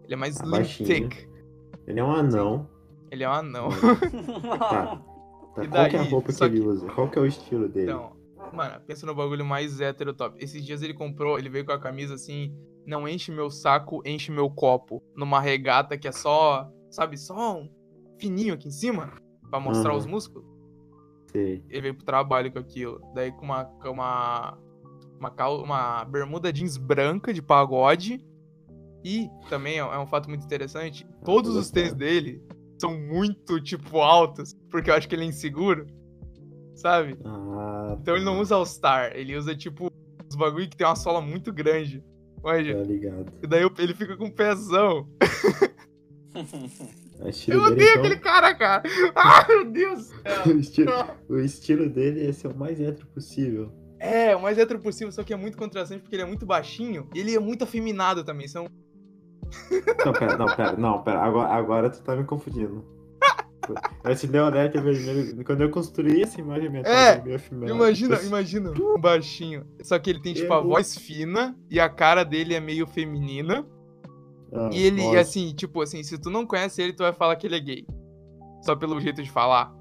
Ele é mais
Tá
slim
baixinho.
thick.
Ele é um anão.
Ele é um anão.
Tá. Tá,
E
Qual que é a
daí?
roupa que
Só
ele
que-
usa? Qual que é o estilo dele?
Então, mano, pensa no bagulho mais hétero top. Esses dias ele comprou, ele veio com a camisa assim, não enche meu saco, enche meu copo. Numa regata que é só, sabe, só um fininho aqui em cima, pra mostrar
Aham.
os músculos.
Sei.
Ele veio pro trabalho com aquilo. Daí com uma com uma uma, cal- uma bermuda jeans branca de pagode. E também é é um fato muito interessante, todos
tô
os tênis dele são muito tipo altos, porque eu acho que ele é inseguro. Sabe?
Ah,
Então ele não
tá.
usa All-Star, ele usa tipo os bagulho que tem uma sola muito grande. Manja.
Tá ligado.
E daí ele fica com um pezão.
O estilo
Eu odeio
dele, então,
aquele cara, cara. Ah, meu Deus. do céu.
o, estilo, o estilo dele é ser o mais hétero possível.
É, o mais hétero possível, só que é muito contrastante porque ele é muito baixinho e ele é muito afeminado também. São...
Não, pera, não, pera, não, pera. Agora, agora tu tá me confundindo. Eu te dei um alerta vermelho. Quando eu construí essa imagem mental
É,
do meu filme,
imagina,
eu-
imagina, um baixinho. Só que ele tem tipo a
Eu-
voz fina e a cara dele é meio feminina.
Ah,
E ele,
nossa.
assim, tipo assim, se tu não conhece ele, tu vai falar que ele é gay. Só pelo jeito de falar.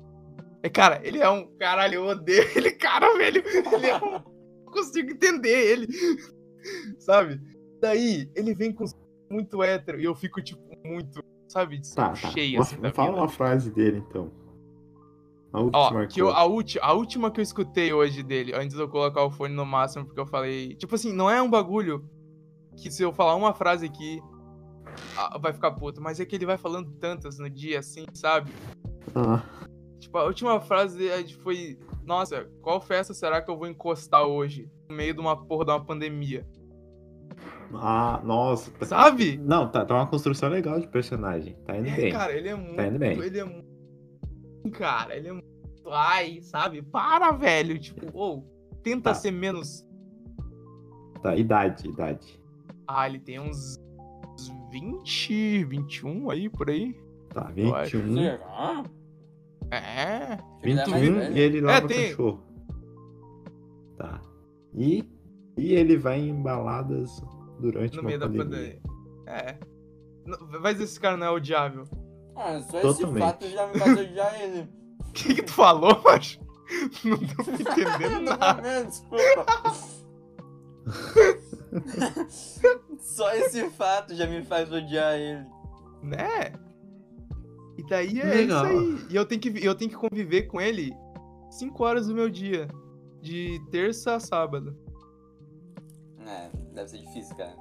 É, cara, ele é um. Caralho, eu odeio ele, cara, velho. Ele é um... Não consigo entender ele. Sabe? Daí, ele vem com muito hétero e eu fico, tipo, muito, sabe, de
Tá,
saco
tá.
cheio,
Uma-
assim, da
fala
vida.
uma frase dele, então. A última
Ó, que eu- a, ulti, a última que eu escutei hoje dele, antes de eu colocar o fone no máximo, porque eu falei. Tipo assim, não é um bagulho que se eu falar uma frase aqui, ah, vai ficar puto, mas é que ele vai falando tantas no dia, assim, sabe?
Ah,
Tipo, a última frase dele foi: Nossa, qual festa será que eu vou encostar hoje? No meio de uma porra de uma pandemia.
ah, nossa. tá-
Sabe?
Não, tá, tá uma construção legal de personagem. Tá indo
É,
bem. Tá
cara, ele é muito.
indo bem.
Ele é muito. Cara, ele é muito. Ai, sabe? Para, velho. Tipo, ou. tenta
Tá.
ser menos
Tá, idade, idade.
Ah, ele tem uns 20, 21 aí, por aí.
Tá,
acho que
21.
Será?
É.
Se ele é mais
21
velho.
e ele lava
É, tem-
cachorro. Tá. E, e ele vai em baladas durante
No
uma
meio da
pandemia.
pandemia. É. Não, Vai dizer esse cara não é odiável.
Ah, só
Totalmente.
esse fato já me faz odiar ele.
O que, que tu falou, macho? Não tô entendendo
Não
nada.
momento, desculpa. Só esse fato já me faz odiar ele.
Né? E daí é
Legal.
isso aí. E eu tenho, que, vi- eu tenho que conviver com ele 5 horas do meu dia. De terça a sábado.
É, deve ser difícil, cara.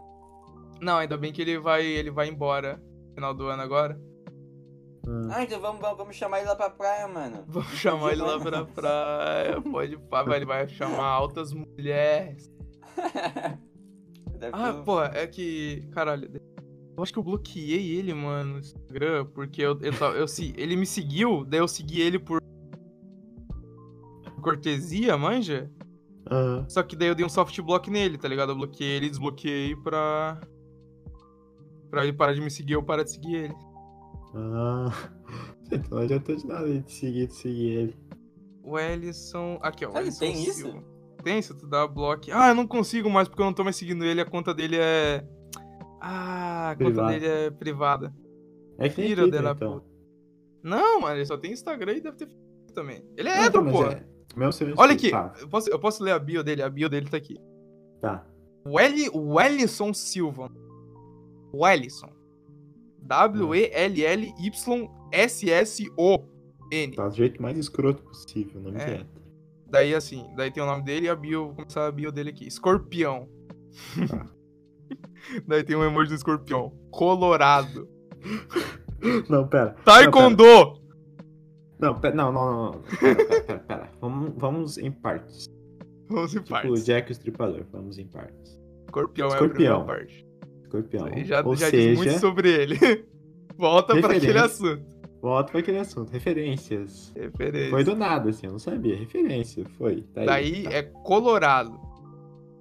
Não, ainda bem que ele vai, ele vai embora no final do ano agora.
Hum.
Ah, então vamos, vamos, vamos chamar ele lá pra praia, mano.
Vamos chamar ele lá pra praia. Pode pá, vai, ele vai chamar altas mulheres.
Deve
Ah,
ter um-
pô, é que. Caralho. Eu acho que eu bloqueei ele, mano, no Instagram, porque eu, eu, tava- eu se- ele me seguiu, daí eu segui ele por. Cortesia, manja?
Aham.
Só que daí eu dei um soft block nele, tá ligado? Eu bloqueei ele, desbloqueei pra. Pra ele parar de me seguir, eu parar de seguir ele.
Ah. Então não adiantou de nada ele te seguir, te seguir ele.
O Ellison. Aqui, ó. o
Sabe,
Ellison
tem isso?
Silva. Tem, se tu dá block. Ah, eu não consigo mais porque eu não tô mais seguindo ele, a conta dele é. Ah, a conta
Privada.
dele é privada.
É que nem
Filho
Twitter,
da
então.
Não, mano, ele só tem Instagram e deve ter Facebook também. Ele é
Ah, tá,
hétero,
mas
pô.
é- Mesmo sendo
Olha
isso,
aqui,
Tá,
eu, posso, eu posso ler a bio dele, a bio dele tá aqui.
tá.
Welly, Wellison Silva. Wellison. W-E-L-L-Y-S-S-O. N.
Tá do jeito mais escroto possível, não me
É.
adianta.
Daí assim, daí tem o nome dele e a bio, vou começar a bio dele aqui. Escorpião.
Tá.
daí tem um emoji do escorpião. Colorado.
Não, pera.
Taekwondo!
Não, pera, não, não, não. não. Pera, pera, pera, pera. Vamos, vamos em partes.
Vamos em
Tipo, o
partes.
Jack e o Estripador, vamos em partes.
Escorpião, é a
Escorpião.
primeira parte.
Escorpião.
Aí já,
Ou
já diz muito
seja,
sobre ele. Volta pra aquele
Referência.
assunto.
volta pra aquele assunto. Referências.
Referência.
Foi do nada, assim, eu não sabia. Referência, foi. Tá aí,
Daí
tá.
é colorado.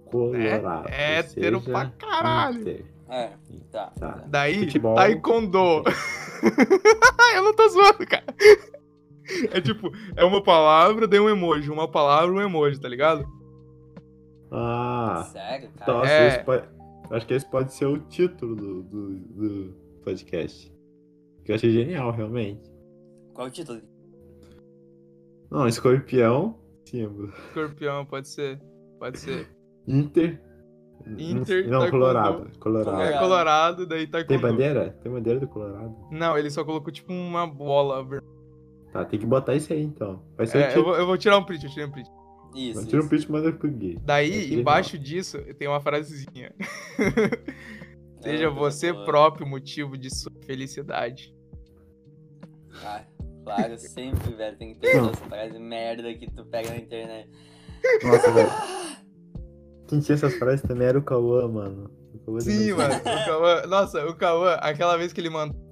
colorado. ou
É hétero
seja,
pra caralho.
Inter.
É, tá.
Tá.
Daí,
Futebol.
taekwondo. eu não tô zoando, cara. É tipo, é uma palavra, daí um emoji. Uma palavra, um emoji, tá ligado?
Ah,
Sério, cara?
nossa,
É.
esse po- acho que esse pode ser o título do, do, do podcast. Que eu achei genial, realmente.
Qual é o título?
Não, escorpião, símbolo.
Escorpião, pode ser. Pode ser.
Inter.
Inter,
Não,
taekwondo.
Colorado. Colorado.
É
Colorado.
colorado, daí taekwondo.
Ah, Tem bandeira? Tem bandeira do Colorado?
Não, ele só colocou tipo uma bola. ver-
Tá, tem que botar isso aí então. Vai ser o
É, eu,
título.
vou, eu vou tirar um print, eu tirei um print.
Isso.
Tira um
isso.
print e manda pro Gui. Vai ser
Daí,
é legal.
embaixo disso, tem uma frasezinha. Seja
Ah,
você
boa.
próprio motivo de sua felicidade.
Ah, claro, sempre, velho, tem que ter
Não.
essas frases merda que tu pega na internet.
Nossa, velho. Quem tinha essas frases também era o Cauã, mano. O Cauã
Sim,
demais.
mano. O Cauã, nossa, o Cauã, aquela vez que ele mandou.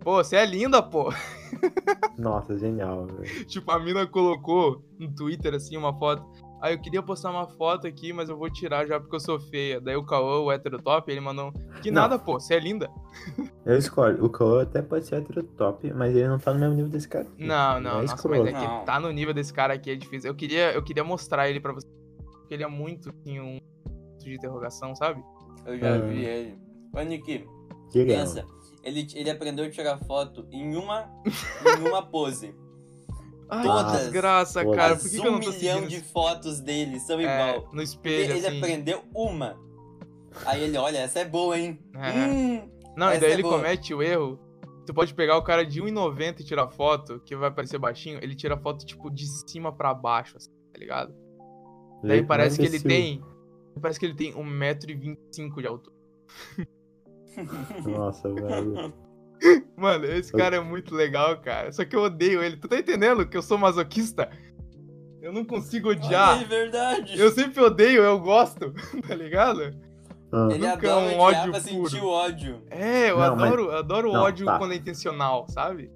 Pô, você é linda, pô.
Nossa, genial, velho.
Tipo, a mina colocou no Twitter, assim, uma foto. Ah, eu queria postar uma foto aqui, mas eu vou tirar já porque eu sou feia. Daí o Cauã, o hétero top, ele mandou. um, Que
Não.
nada, pô, você é linda.
Eu escolho. O Cauã até pode ser hétero top, mas ele não tá no mesmo nível desse cara.
Não,
é
não, nossa, mas é
escroto.
que
Não.
tá no nível desse cara aqui, é difícil. Eu queria, eu queria mostrar ele pra você. Porque ele é muito, assim, um ponto de interrogação, sabe?
Eu já
Ah.
vi ele. Ô, Nick,
Diga,
pensa. Ele, ele aprendeu a tirar foto em uma, em uma pose.
Ai,
Todas.
que desgraça,
Todas.
cara. Por
Mas
que, que eu
um
não tô
milhão
seguindo
de
esse-
fotos dele são
é,
igual.
no
Ele,
espelho,
ele
assim.
aprendeu uma. Aí ele, olha, essa é boa, hein?
É.
Hum,
Não, e
Essa
daí
é
ele
boa.
comete o erro. Tu pode pegar o cara de 1,90 e tirar foto, que vai parecer baixinho. Ele tira foto, tipo, de cima pra baixo, assim, tá ligado?
mano.
Daí parece que ele
Imbecil.
tem. Parece que ele tem 1,25m de altura.
Nossa, velho.
Mano, esse cara é muito legal, cara. Só que eu odeio ele. Tu tá entendendo que eu sou masoquista? Eu não consigo
olha, é
odiar.
verdade.
Eu sempre odeio, eu gosto, tá ligado?
Ah,
Ele
nunca
adora
é um
odiar
ódio
pra sentir
puro.
o ódio.
É, eu
Não, mas-
adoro, eu adoro o
Não,
ódio
tá.
quando é intencional, sabe?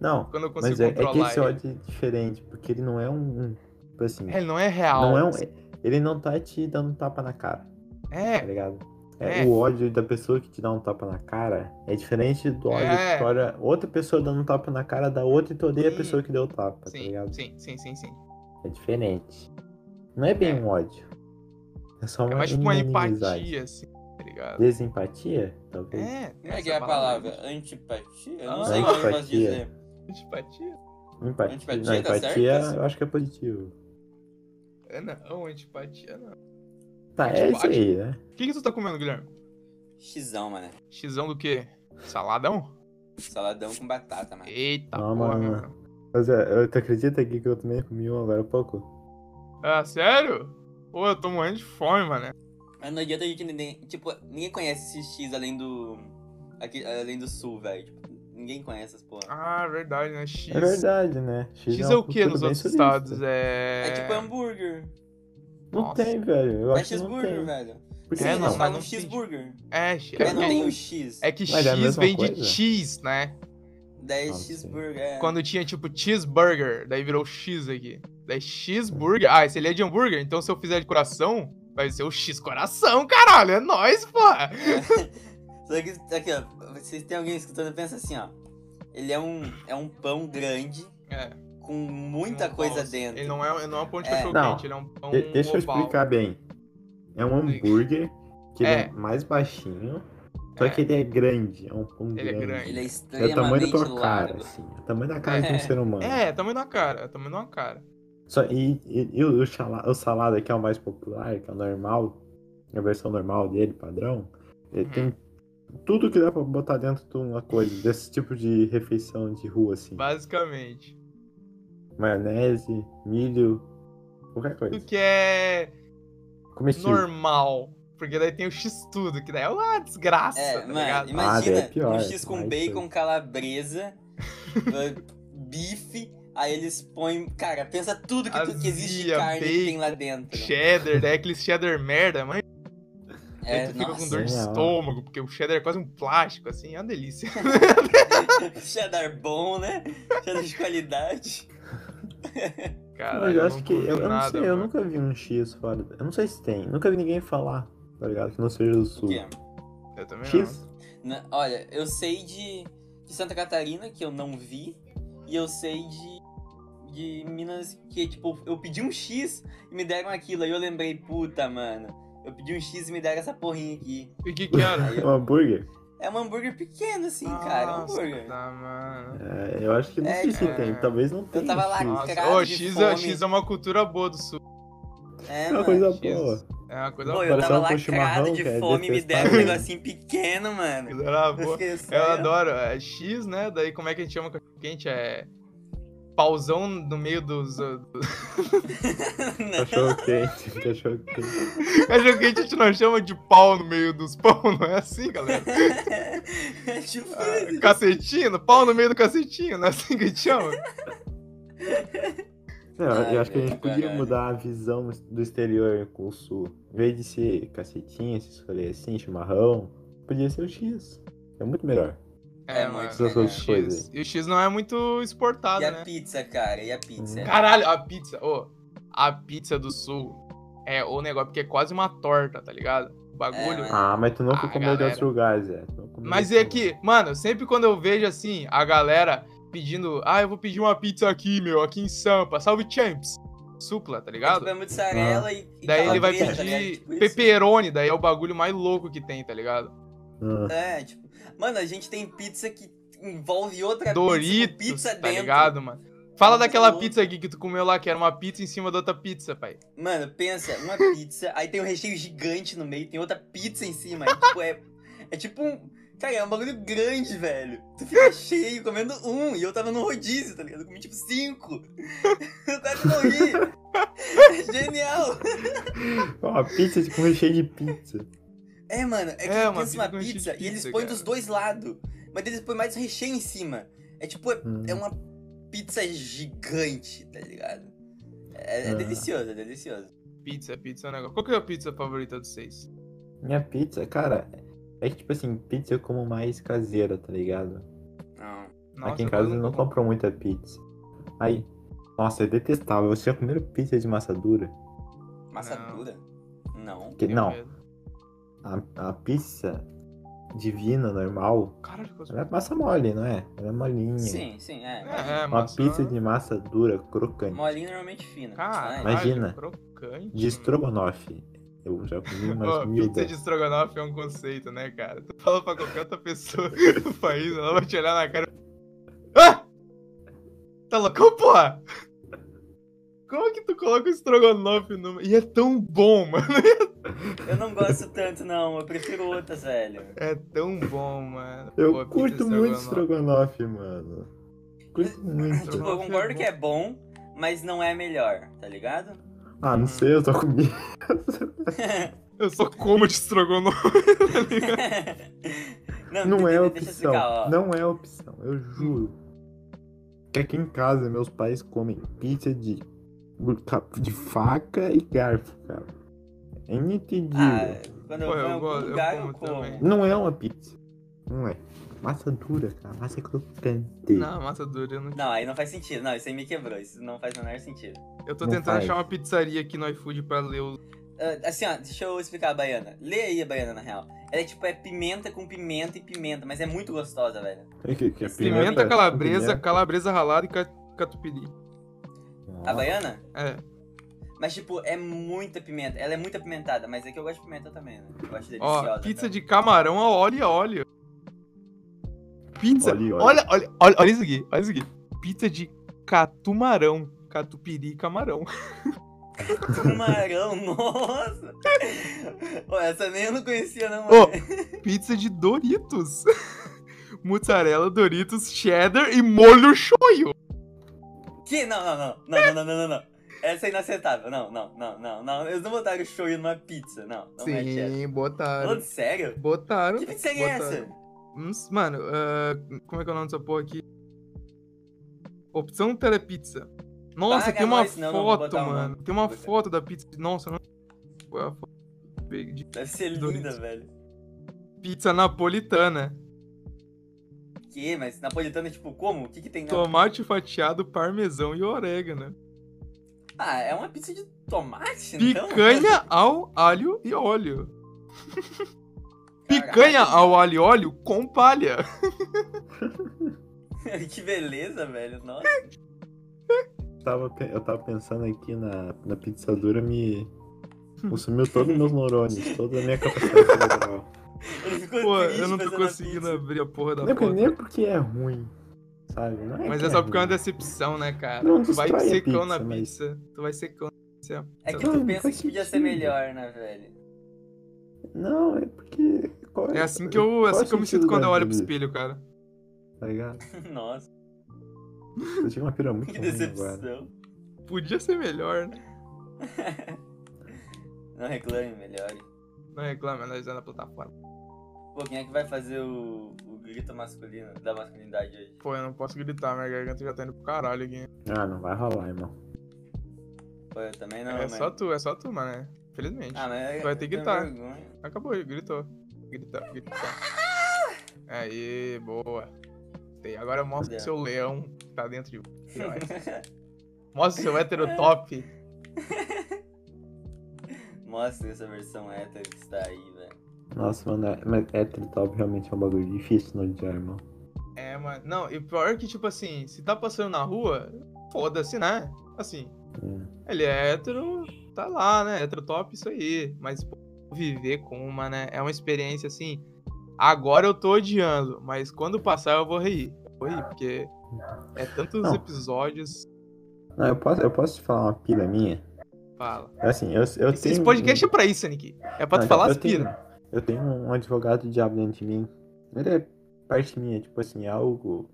Não,
Quando eu consigo
mas é, é que
controlar
esse
ele.
ódio é diferente, porque ele não é um. um tipo assim.
É, ele não é real.
Não é um, ele não tá te dando tapa na cara, tá
É,
ligado? É,
É.
O ódio da pessoa que te dá um tapa na cara é diferente do ódio
É.
que olha outra pessoa dando um tapa na cara da outra e tu odeia a
Sim.
pessoa que deu o tapa, tá
sim,
ligado?
sim, sim, sim, sim.
É diferente. Não é bem
É.
um ódio. É só uma,
É mais tipo uma
inimizade.
empatia, assim, tá ligado?
Desempatia, talvez.
É.
Como é
essa
que é a palavra?
aí.
Antipatia? Eu não
Ah.
sei como eu posso
Antipatia.
dizer.
Antipatia?
Empatia.
Antipatia,
não,
tá
empatia
assim.
certo?
eu acho que é positivo.
É, não, antipatia não.
Tá, é isso aí, né?
O que, que tu tá comendo, Guilherme?
Xão, mano.
Xizão do quê? Saladão?
Saladão com batata, mano.
Eita
Toma.
porra, mano.
Mas é, eu- tu acredita aqui que eu também comi um agora há pouco?
Ah, sério? Pô, eu tô morrendo de fome, mano.
Mas não adianta a gente nem. Tipo, ninguém conhece esse X além do. Aqui, além do sul, velho. Tipo, ninguém conhece essas porra.
Ah, verdade, né? X.
É verdade, né?
X é,
uma
o que
cultura
nos
bem
outros
sulista.
estados?
É,
É.
tipo hambúrguer.
Não
Nossa.
tem, velho. Eu
É
acho que não
cheeseburger,
tem.
velho.
Por que
Sim,
É,
eles
não, mas
falam
não tem.
cheeseburger.
É, X.
É, não
É,
tem o
que-
X.
é que
Mas é a
X
mesma
vem de
coisa?
cheese, né?
Daí é
Não sei.
cheeseburger. É.
Quando tinha tipo cheeseburger, daí virou X aqui. Daí cheeseburger. Ah, esse ali é de hambúrguer, então se eu fizer de coração, vai ser o X coração, caralho. É nóis, porra.
Só que, aqui, ó. Vocês têm alguém escutando, pensa assim, ó. Ele é um, é um pão grande
É.
com muita
um
coisa
oval.
dentro.
Ele não é, ele não é um pão de
É.
cachorro
Não.
quente, ele é um pão
De- deixa eu
oval.
explicar bem. É um hambúrguer que ele
É.
é mais baixinho, só
É.
que ele é grande. É um pão grande.
Ele é grande.
Ele é
É o tamanho da
extremamente
tua cara,
largo.
assim. É o tamanho da cara de
É.
um ser humano.
É, tamanho da cara, tamanho da cara.
Só, e e, e o, chala- o salada, que é o mais popular, que é o normal, a versão normal dele, padrão, ele
Uhum.
tem tudo que dá pra botar dentro de uma coisa, desse tipo de refeição de rua, assim.
Basicamente.
maionese, milho, qualquer
O
coisa.
que é
Comestível.
normal. Porque daí tem o X tudo, que daí é uma desgraça,
É,
tá
mano,
ligado?
imagina
Ah, daí é pior,
um X com
aí
bacon,
sim.
calabresa, eh, bife, aí eles põem. Cara, pensa tudo que, tu- que existe de
Azia,
carne que tem
bacon,
lá dentro.
Cheddar, daí aquele cheddar merda, mas
É,
tu fica
nossa.
com dor de
Senhora.
estômago, porque o cheddar é quase um plástico, assim, é uma delícia.
Cheddar bom, né? Cheddar de qualidade.
Cara,
Mas eu acho que.
curto
Eu, eu não
nada,
sei, eu
mano.
nunca vi um X fora. Eu não sei se tem. Nunca vi ninguém falar, tá ligado? Que não seja do
O
sul.
quê?
Eu também
X?
Na- olha, eu sei de, de Santa Catarina, que eu não vi, e eu sei de, de Minas, que tipo, eu pedi um X e me deram aquilo, aí eu lembrei, puta, mano, eu pedi um X e me deram essa porrinha aqui.
não. E o que que era?
Aí eu-
Um hambúrguer?
é um hambúrguer pequeno, assim, cara, um
Nossa,
hambúrguer.
Tá, mano.
É, eu acho que não
É,
sei se
cara.
tem. Talvez não tenha.
tava lá,
X.
cara.
Nossa,
Cravo
ô,
de
X, é,
fome.
X é uma cultura boa do sul.
É,
É
mano.
uma coisa
X.
boa.
É uma coisa
Pô,
boa.
eu
Pareceu
tava
um
lacrado
chimarrão,
de
que é
fome e me deram um
detestável.
negocinho pequeno, mano.
Coisa era
Eu
boa.
fiquei assim,
Eu
ó.
adoro. É X, né? Daí como é que a gente chama cachorro quente? É. Pausão no meio dos. do-
Não.
Cachorro quente, cachorro quente.
Cachorro quente a gente não chama de pau no meio dos pão, não é assim, galera?
É tipo
Ah,
isso.
Cacetinho, pau no meio do cacetinho, não é assim que a gente chama?
Não, eu
Ah,
acho que a gente
velho,
podia
caralho.
mudar a visão do exterior com o sul. Em vez de ser cacetinha, se escolher assim, chimarrão, podia ser o X. É muito melhor.
É,
mano,
muito
Essas
melhor.
outras coisas.
X. E o X não é muito
E
exportado,
a
né?
pizza, cara, e a
Hum.
pizza. É, tipo,
Caralho, a pizza, ô, a pizza do sul é o negócio, porque é quase uma torta, tá ligado? O bagulho.
É,
Ah, mas tu não
Ah,
foi comer de
galera.
outros lugares, Zé. Tu não comeu
Mas
de
é
outros
que, mano, sempre quando eu vejo assim, a galera pedindo, ah, eu vou pedir uma pizza aqui, meu, aqui em Sampa, salve champs, supla, tá
É, tipo,
ligado?
é mussarela
Ah.
e, e
Daí ele vai
calabresa, tá ligado?
pedir
Tipo isso.
pepperoni, daí é o bagulho mais louco que tem, tá ligado?
lugares.
É, tipo, mano, a gente tem pizza que envolve outra
Doritos,
pizza com pizza
tá
dentro.
ligado, mano? Fala
Muito
daquela
louco.
pizza aqui que tu comeu lá, que era uma pizza em cima da outra pizza, pai.
Mano, pensa, uma pizza, aí tem um recheio gigante no meio, tem outra pizza em cima. aí, tipo, é, é tipo um. Cara, é um bagulho grande, velho. Tu fica cheio comendo um, e eu tava no rodízio, tá ligado? Eu comi tipo cinco. Eu quase morri. É Genial!
Ah. Ó, pizza com recheio de pizza.
É, mano, é que
É, uma
pensa uma
pizza
pizza,
com recheio de
e eles
pizza,
põem
cara.
dos dois lados. Mas eles põem mais recheio em cima. É tipo, é,
Hum.
é uma pizza gigante, tá ligado? É, é
Ah.
delicioso, é delicioso.
Pizza, pizza é um negócio. Qual que é a pizza favorita de vocês?
Minha pizza, cara, é que tipo assim, pizza eu como mais caseira, tá ligado?
Não.
Aqui em
eu
casa
quase
eu não
como.
compram muita pizza. Aí, nossa, é detestável. Você já comeu pizza de massa dura?
Massa
Não.
dura? Não.
Que,
Tenho
não,
medo.
a, a pizza divina, normal,
Caralho, quase.
ela é massa mole, não é? Ela é molinha.
Sim, sim, é.
É,
Molinha,
é,
Uma
mano,
pizza
só-
de massa dura, crocante.
molinha normalmente fina.
Caralho,
Ai,
Imagina.
crocante.
De estrogonofe. Eu já comi umas
Ô,
mil
pizza de
dessas.
estrogonofe é um conceito, né, cara? Tu fala pra qualquer outra pessoa do país, ela vai te olhar na cara. e- Ah! Tá louco, porra? Como que tu coloca o estrogonofe no. E é tão bom, mano.
Eu não gosto tanto, não. Eu prefiro outras, velho.
É tão bom, mano.
Eu
Pô, pizza
curto muito
estrogonofe.
estrogonofe, mano. Curto muito.
Tipo, eu concordo que é bom, mas não é melhor, tá ligado?
Ah, não sei, eu só comi.
Eu só como de estrogonofe.
Não é
deixa- deixa eu
opção.
explicar, ó.
Não é opção, eu juro. É Que aqui em casa meus pais comem pizza de, de faca e garfo, cara. É inentendivel.
Ah, quando eu
Pô,
vou em
eu
algum
gosto- eu
lugar, eu
como
como.
também.
Não é uma pizza. Não é. Massa dura, cara. Massa crocante.
Não, massa dura, eu não
Não, aí não faz sentido. Não, isso aí me quebrou. Isso não faz o menor sentido.
Eu tô
Não
tentando
faz.
achar uma pizzaria aqui no iFood pra ler o.
Ah, assim, ó, deixa eu explicar a baiana. Lê aí a baiana, na real. Ela é tipo, é pimenta com pimenta e pimenta, mas é muito gostosa, velho.
É que- que é
Pimenta,
pimenta,
calabresa,
pimenta.
calabresa ralada e ca- catupiry.
A baiana?
É.
Mas, tipo, é muita pimenta. Ela é muito apimentada, mas é que eu gosto de pimenta também, né? Eu acho
Ó,
deliciosa.
pizza
cara.
de camarão a óleo e óleo. Pizza.
Óleo e óleo.
Olha, olha, olha, olha isso aqui, olha isso aqui. Pizza de catumarão. Catupiry e camarão.
Camarão, nossa! Ó, essa nem eu não conhecia, não.
Ô,
mano.
pizza de Doritos. Mozzarella, Doritos, cheddar e molho shoyu.
Que? Não, não, não. Não, não, não, não, não, não. Essa é inaceitável. Não, não, não, não, não. Eles não botaram shoyu numa pizza. Não, não é chefe.
Sim, botaram.
Falando sério?
Botaram.
Que pizzaria é
botaram.
essa?
Hum, Mano, ah, como é que é o nome dessa porra aqui? Opção Telepizza. Nossa,
Paga
tem uma
nós, não, não vou
foto,
botar o
mano.
nome.
Tem uma
Vou botar.
foto da pizza. Nossa, não. Qual é a foto? De
Deve ser linda,
Doritos.
velho.
pizza napolitana.
Que? Mas napolitana, tipo, como? O que que tem? na-
Tomate fatiado, parmesão e orégano.
Ah, é uma pizza de tomate, então?
Picanha ao alho e óleo.
Caralho.
Picanha ao alho e óleo com palha.
então? que beleza, velho. Nossa.
Tava, pe- eu tava pensando aqui na, na pizza dura, me consumiu todos os meus neurônios, toda a minha capacidade cerebral.
Ele ficou
Pô,
triste
eu não tô
pensando na
conseguindo
pizza.
abrir a porra da
Não é por-
foto.
nem é porque é ruim, sabe? Não é
Mas
que
é só porque é uma
ruim.
decepção, né, cara?
Não,
tu vai
destrói a
secão na
pizza, mas-
pizza. Tu vai secão.
É
Então,
que
Não,
tu
não
pensa
faz
que podia ser
sentido.
melhor, né, velho?
Não, é porque. qual-
É assim que eu,
qual
é assim que eu
o
me
sentido né,
sinto quando
da
eu olho pro
vida,
espelho, cara.
Tá ligado?
Nossa,
Eu tive uma pira muito
que
ruim agora.
decepção.
Podia ser melhor, né?
Não reclame, melhor.
Não reclama, nós é na plataforma.
Pô, quem é que vai fazer o, o grito masculino da masculinidade hoje?
Pô, eu não posso gritar, minha garganta já tá indo pro caralho aqui.
Ah, não vai rolar, irmão.
Pô, eu também não,
é
mas...
só tu, é só tu, mano. né? Felizmente.
Ah, mas...
Vai ter
eu
que
tenho
tá.
vergonha.
Acabou, gritou. Gritou, gritou. Aí, boa. Tem, Agora mostra o
Yeah.
seu leão que tá dentro de você. ó. Mostra o seu hétero top.
Mostra essa versão hétero que está aí, velho.
Nossa, mano, é- mas hétero top realmente é um bagulho difícil no dia, irmão.
É, mano. Não, e pior que, tipo assim, se tá passando na rua, foda-se, né? Assim,
Hum.
ele é hétero, tá lá, né? Hétero top, isso aí. Mas pô, viver com uma, né? É uma experiência assim. Agora eu tô odiando, mas quando passar eu vou rir. Eu vou rir, porque é tantos
Não.
episódios.
Não, eu posso, eu posso te falar uma pira minha?
Fala.
Assim, eu, eu
Esse
tenho. um-
podcast é pra isso, Nick. É pra
Não,
tu
então,
falar
eu
as pira.
Tenho, eu tenho um advogado do diabo dentro de mim. Ele é parte minha, tipo assim, é algo.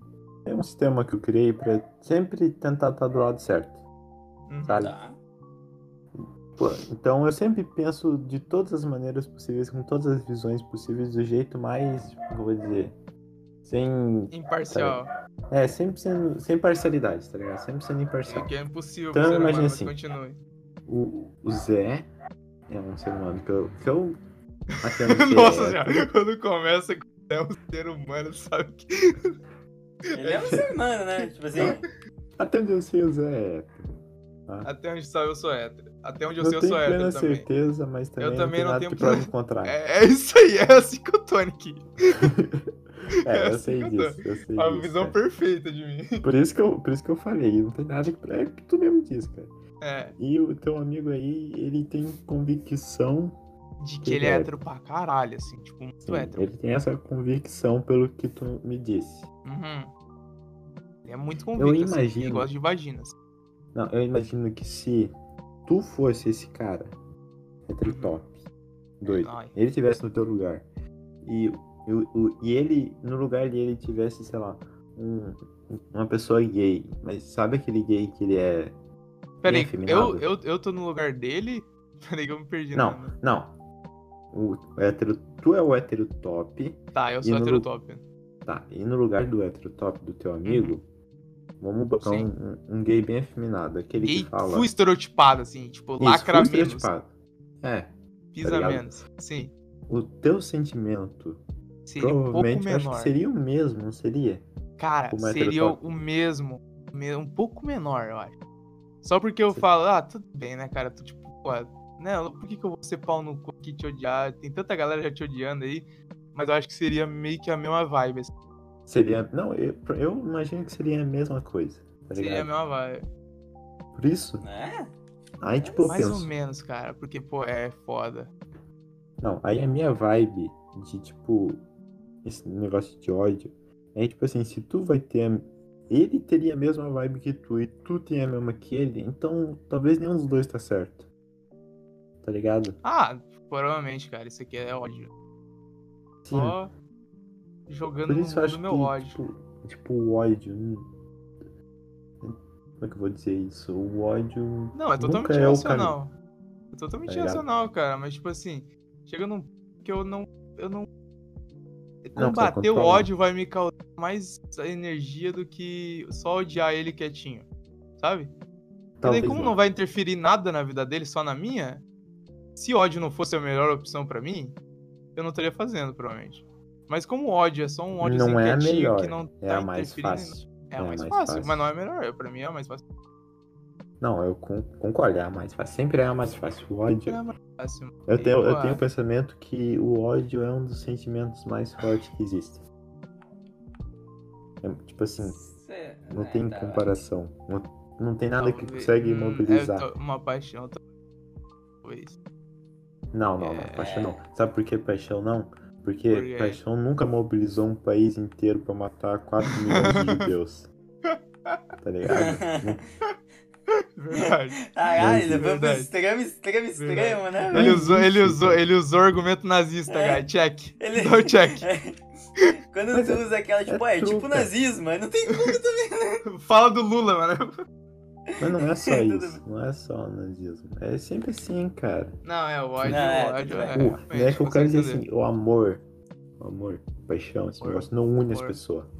É um sistema que eu criei pra sempre tentar estar do lado certo,
Uhum.
sabe?
Tá.
Pô, Então eu sempre penso de todas as maneiras possíveis, com todas as visões possíveis, do jeito mais, como eu vou dizer, sem.
Imparcial.
É, sempre sendo. Sem parcialidade, tá ligado? Sempre sendo
É
imparcial.
que é impossível
Então,
pro ser humano,
imagina
mas
assim.
continue.
O, o Zé é um ser humano que eu. Que eu até onde sei,
Nossa
é-
senhora, quando começa com é um ser humano, sabe? que-
Ele é um ser humano, né? Tipo assim...
Até onde eu sei, o Zé é.
Até onde sabe eu sou hétero. Até onde eu
Não
sei eu
tenho
sou
plena
hétero também.
certeza, mas também,
também não
não tem nada
tenho
que prove
plena-
o contrário. É,
É, é isso aí, é assim que eu tô, Nick. é
eu sei
assim que eu tô.
disso, eu sei
A
disso,
visão
cara.
perfeita de mim.
Por isso que eu, por isso que eu falei, não tem nada que é que tu mesmo diz, cara.
É,
E o teu amigo aí, ele tem convicção,
de que ele é
Verdade.
hétero pra caralho, assim, tipo, muito
sim,
hétero.
ele tem essa convicção pelo que tu me disse.
Uhum. Ele é muito convicto, assim,
imagino.
ele gosta de vaginas.
Não, eu imagino que se tu fosse esse cara, entre
Uhum.
top, doido,
Ai.
ele tivesse no teu lugar, e, e, o- o- e ele, no lugar dele, tivesse, sei lá, um- uma pessoa gay, mas sabe aquele gay que ele é...
Peraí, eu,
afeminado.
eu, eu tô no lugar dele? Peraí que eu me perdi.
Não.
né?
Não, o, hétero, tu é o hétero top,
Tá, eu
E
sou
no-
hétero top.
Tá, e no lugar do hétero top do teu amigo, vamos botar
Uhum. Sim.
um, um- um gay bem afeminado, aquele
E
que fala.
fui estereotipado, assim, tipo,
Isso,
lacra
fui
menos,
estereotipado. É,
pisa
tá ligado?
menos. Sim,
o teu sentimento
seria um pouco
provavelmente eu acho
menor.
que seria o mesmo, não seria?
Cara,
Como é hétero
seria
top.
o mesmo, me- um pouco menor, eu acho. Só porque eu
Sim.
falo, ah, tudo bem, né, cara? Tu, tipo, pô, né? Por que, que eu vou ser pau no cu que te odiar? Tem tanta galera já te odiando aí. Mas eu acho que seria meio que a mesma vibe. Assim.
Seria. Não, eu, eu imagino que seria a mesma coisa. Tá
Seria a
ligado?
mesma vibe.
Por isso,
Né?
aí tipo, eu
Mais
penso.
ou menos, cara. Porque, pô, é foda.
Não, aí a minha vibe de tipo. Esse negócio de ódio. É tipo assim, se tu vai ter. a- Ele teria a mesma vibe que tu e tu tem a mesma que ele, então talvez nenhum dos dois tá certo. Tá ligado?
Ah, provavelmente, cara. Isso aqui é ódio. Só jogando
Hum. Por
no
isso eu
mundo
acho tipo,
meu
que,
ódio.
Tipo, tipo, o ódio. hum, Como é que eu vou dizer isso? O ódio.
Não, é
Nunca
totalmente
é o
irracional. É totalmente
Tá ligado?
irracional, cara. Mas, tipo assim, chega num. que eu não. Eu não.
Não, precisa
Combater o
controlar.
ódio vai me causar mais energia do que só odiar ele quietinho. Sabe?
Talvez
e daí, como não. vai interferir nada na vida dele, só na minha, se ódio não fosse a melhor opção pra mim, eu não estaria fazendo, provavelmente. Mas como ódio é só um ódio
Não é a
quietinho
melhor,
que não
É
tá
a mais
interferindo em nada.
fácil.
É, a mais, fácil, mas não é a melhor. Pra mim é a mais fácil.
Não, eu con- concordo, é a mais fácil. Sempre é a mais fácil. O ódio.
É a mais fácil.
Eu tenho, eu
Ué.
tenho o pensamento que o ódio é um dos sentimentos mais fortes que existem. É, tipo assim,
É,
não
é,
tem
tá.
comparação. Não, não tem nada que
Talvez-
consegue
hum, é,
imobilizar.
to- uma paixão, tal- talvez.
Não, não, não.
É.
Paixão não. Sabe por que paixão não? Porque
Por quê?
paixão nunca mobilizou um país inteiro pra matar 4 milhões de judeus. Tá ligado?
Verdade.
Caralho, Ah, ele foi pro
Verdade.
extremo, extremo, extremo, né?
Ele
velho?
usou, ele usou, ele usou argumento nazista,
É.
cara. Check.
Ele-
Dá o check.
Quando
Mas
tu
é-
usa aquela, tipo,
é
é, tipo
truca.
nazismo, não tem como tu
Fala do Lula, mano.
Mas não é só
Tudo
isso. Não é só o nazismo. É sempre assim, cara.
Não, é o ódio,
Não, é,
o ódio.
tudo
É,
bem.
O-
realmente,
é que eu
você
quero dizer
entendeu.
assim, o amor, o amor, paixão, esse
Amor.
negócio não une as
Amor.
pessoas. Tá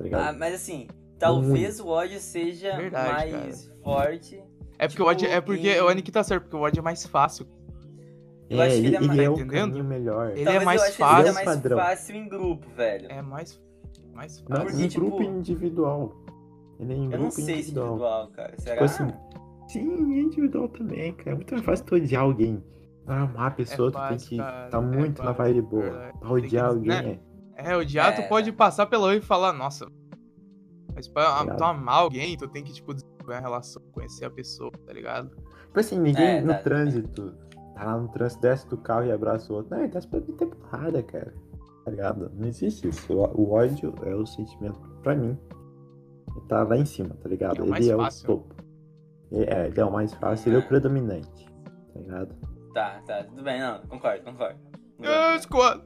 Ah,
ligado?
mas assim, talvez o ódio seja
É Verdade,
mais forte.
É porque o ódio, é
tipo,
porque o Anick tá certo, porque o ódio é mais fácil.
eu acho que ele é mais-
é o
entendendo?
caminho melhor.
Ele
Talvez
é mais
eu acho
fácil.
que
Ele é
seja
o
mais
padrão.
fácil em grupo, velho.
É mais, mais
Não,
fácil.
Porque,
em
tipo,
grupo individual. Ele é em
eu
grupo
não sei se
individual.
individual, cara. Será?
Tipo assim, sim, é individual também, cara. É muito mais fácil tu odiar alguém. Pra amar a pessoa, tu tem
É fácil,
que
cara,
tá
é
muito na
fácil,
vibe boa.
verdade.
Pra odiar
Tem que-
alguém
né?
é.
É, odiar,
É.
tu pode passar pela rua e falar, nossa. Mas pra
Obrigado.
tu amar alguém, tu tem que, tipo, desenvolver a relação, conhecer a pessoa, tá ligado?
Tipo assim, ninguém
É,
no
tá, tá.
trânsito. Tá lá no trânsito, desce do carro e abraça o outro. Não, ele desce pra meter porrada, cara. Tá ligado? Não existe isso. O o ódio é o sentimento, pra mim, que tá lá em cima, tá ligado?
É o mais
ele é
fácil.
o topo. Ele- É, ele é o mais fácil, ele é o predominante. Tá ligado?
Tá, tá, tudo bem, não, concordo, concordo.
Eu discordo.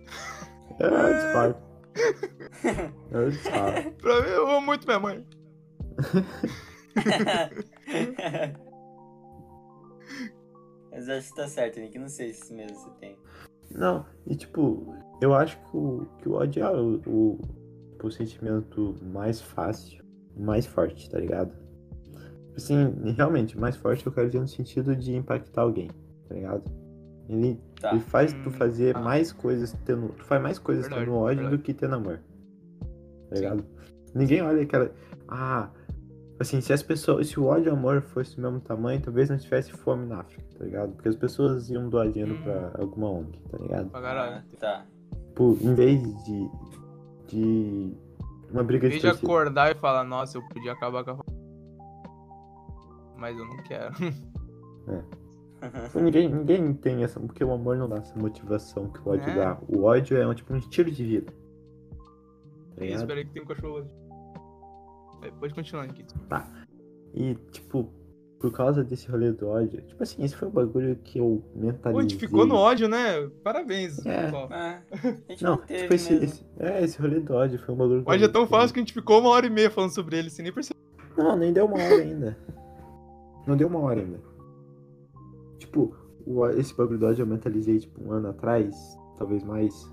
Ah!
Eu discordo. Eu discordo.
Pra mim, eu amo muito minha mãe.
Mas acho que tá certo, Nick. Não sei se isso mesmo você tem.
Não, e tipo, eu acho que o, que o ódio é o, o, o sentimento mais fácil, mais forte, tá ligado? Assim, realmente, mais forte eu quero dizer no sentido de impactar alguém, tá ligado? Ele,
Tá.
ele faz tu
Hum,
fazer
tá.
mais coisas tendo. Tu faz mais coisas
Verdade,
tendo ódio
verdade.
do que tendo amor. Tá ligado? Ninguém olha aquela. Ah, assim, se as pessoas. Se o ódio e o amor fosse do mesmo tamanho, talvez não tivesse fome na África, tá ligado? Porque as pessoas iam doar dinheiro
Hum.
pra alguma ONG, tá ligado?
Pra caralho.
Ah, tá.
Tipo, em vez de. de. uma briga
Em
de
vez de
torcida.
acordar e falar, nossa, eu podia acabar com a fome. Mas eu não quero.
Tá Tipo, Ninguém, ninguém tem essa. Porque o amor não dá essa motivação que o ódio
É.
dá. O ódio é um, tipo um estilo de vida. Tá
Eu
ligado?
esperei que tem um cachorro ali. É, Pode continuar, Nikito.
Tá E, tipo, por causa desse rolê do ódio, tipo assim, esse foi o bagulho que eu
Pô, a
mentalizei.
gente ficou no ódio, né? Parabéns,
É.
pessoal.
Ah, a gente
Não,
não teve
tipo, esse,
mesmo.
esse- é, esse rolê do ódio foi um bagulho
né? O ódio é tão fácil que a gente ficou uma hora e meia falando sobre ele, sem nem perceber.
Não, Ah, nem deu uma hora ainda. Não deu uma hora ainda. Tipo, o ó- esse bagulho do ódio eu mentalizei, tipo, um ano atrás, talvez mais.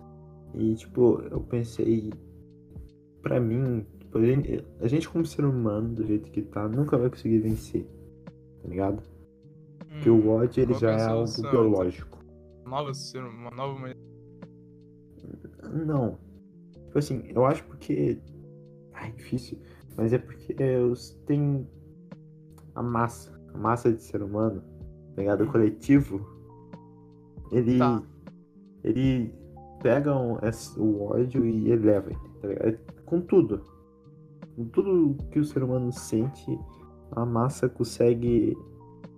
E, tipo, eu pensei... Pra mim, tipo, a gente, a gente como ser humano, do jeito que tá, nunca vai conseguir vencer. Tá ligado? Porque o ódio, ele
qual
já
que é
é
a
algo
solução?
biológico.
Hum, Nova ser, uma nova humanidade.
Não. Tipo assim, eu acho porque. Ai, difícil. Mas é porque os- tem a massa. A massa de ser humano, tá ligado? O coletivo. Ele.
Tá.
Ele pega um- esse- o ódio e eleva ele, tá ligado? É Com tudo. Com tudo que o ser humano sente, a massa consegue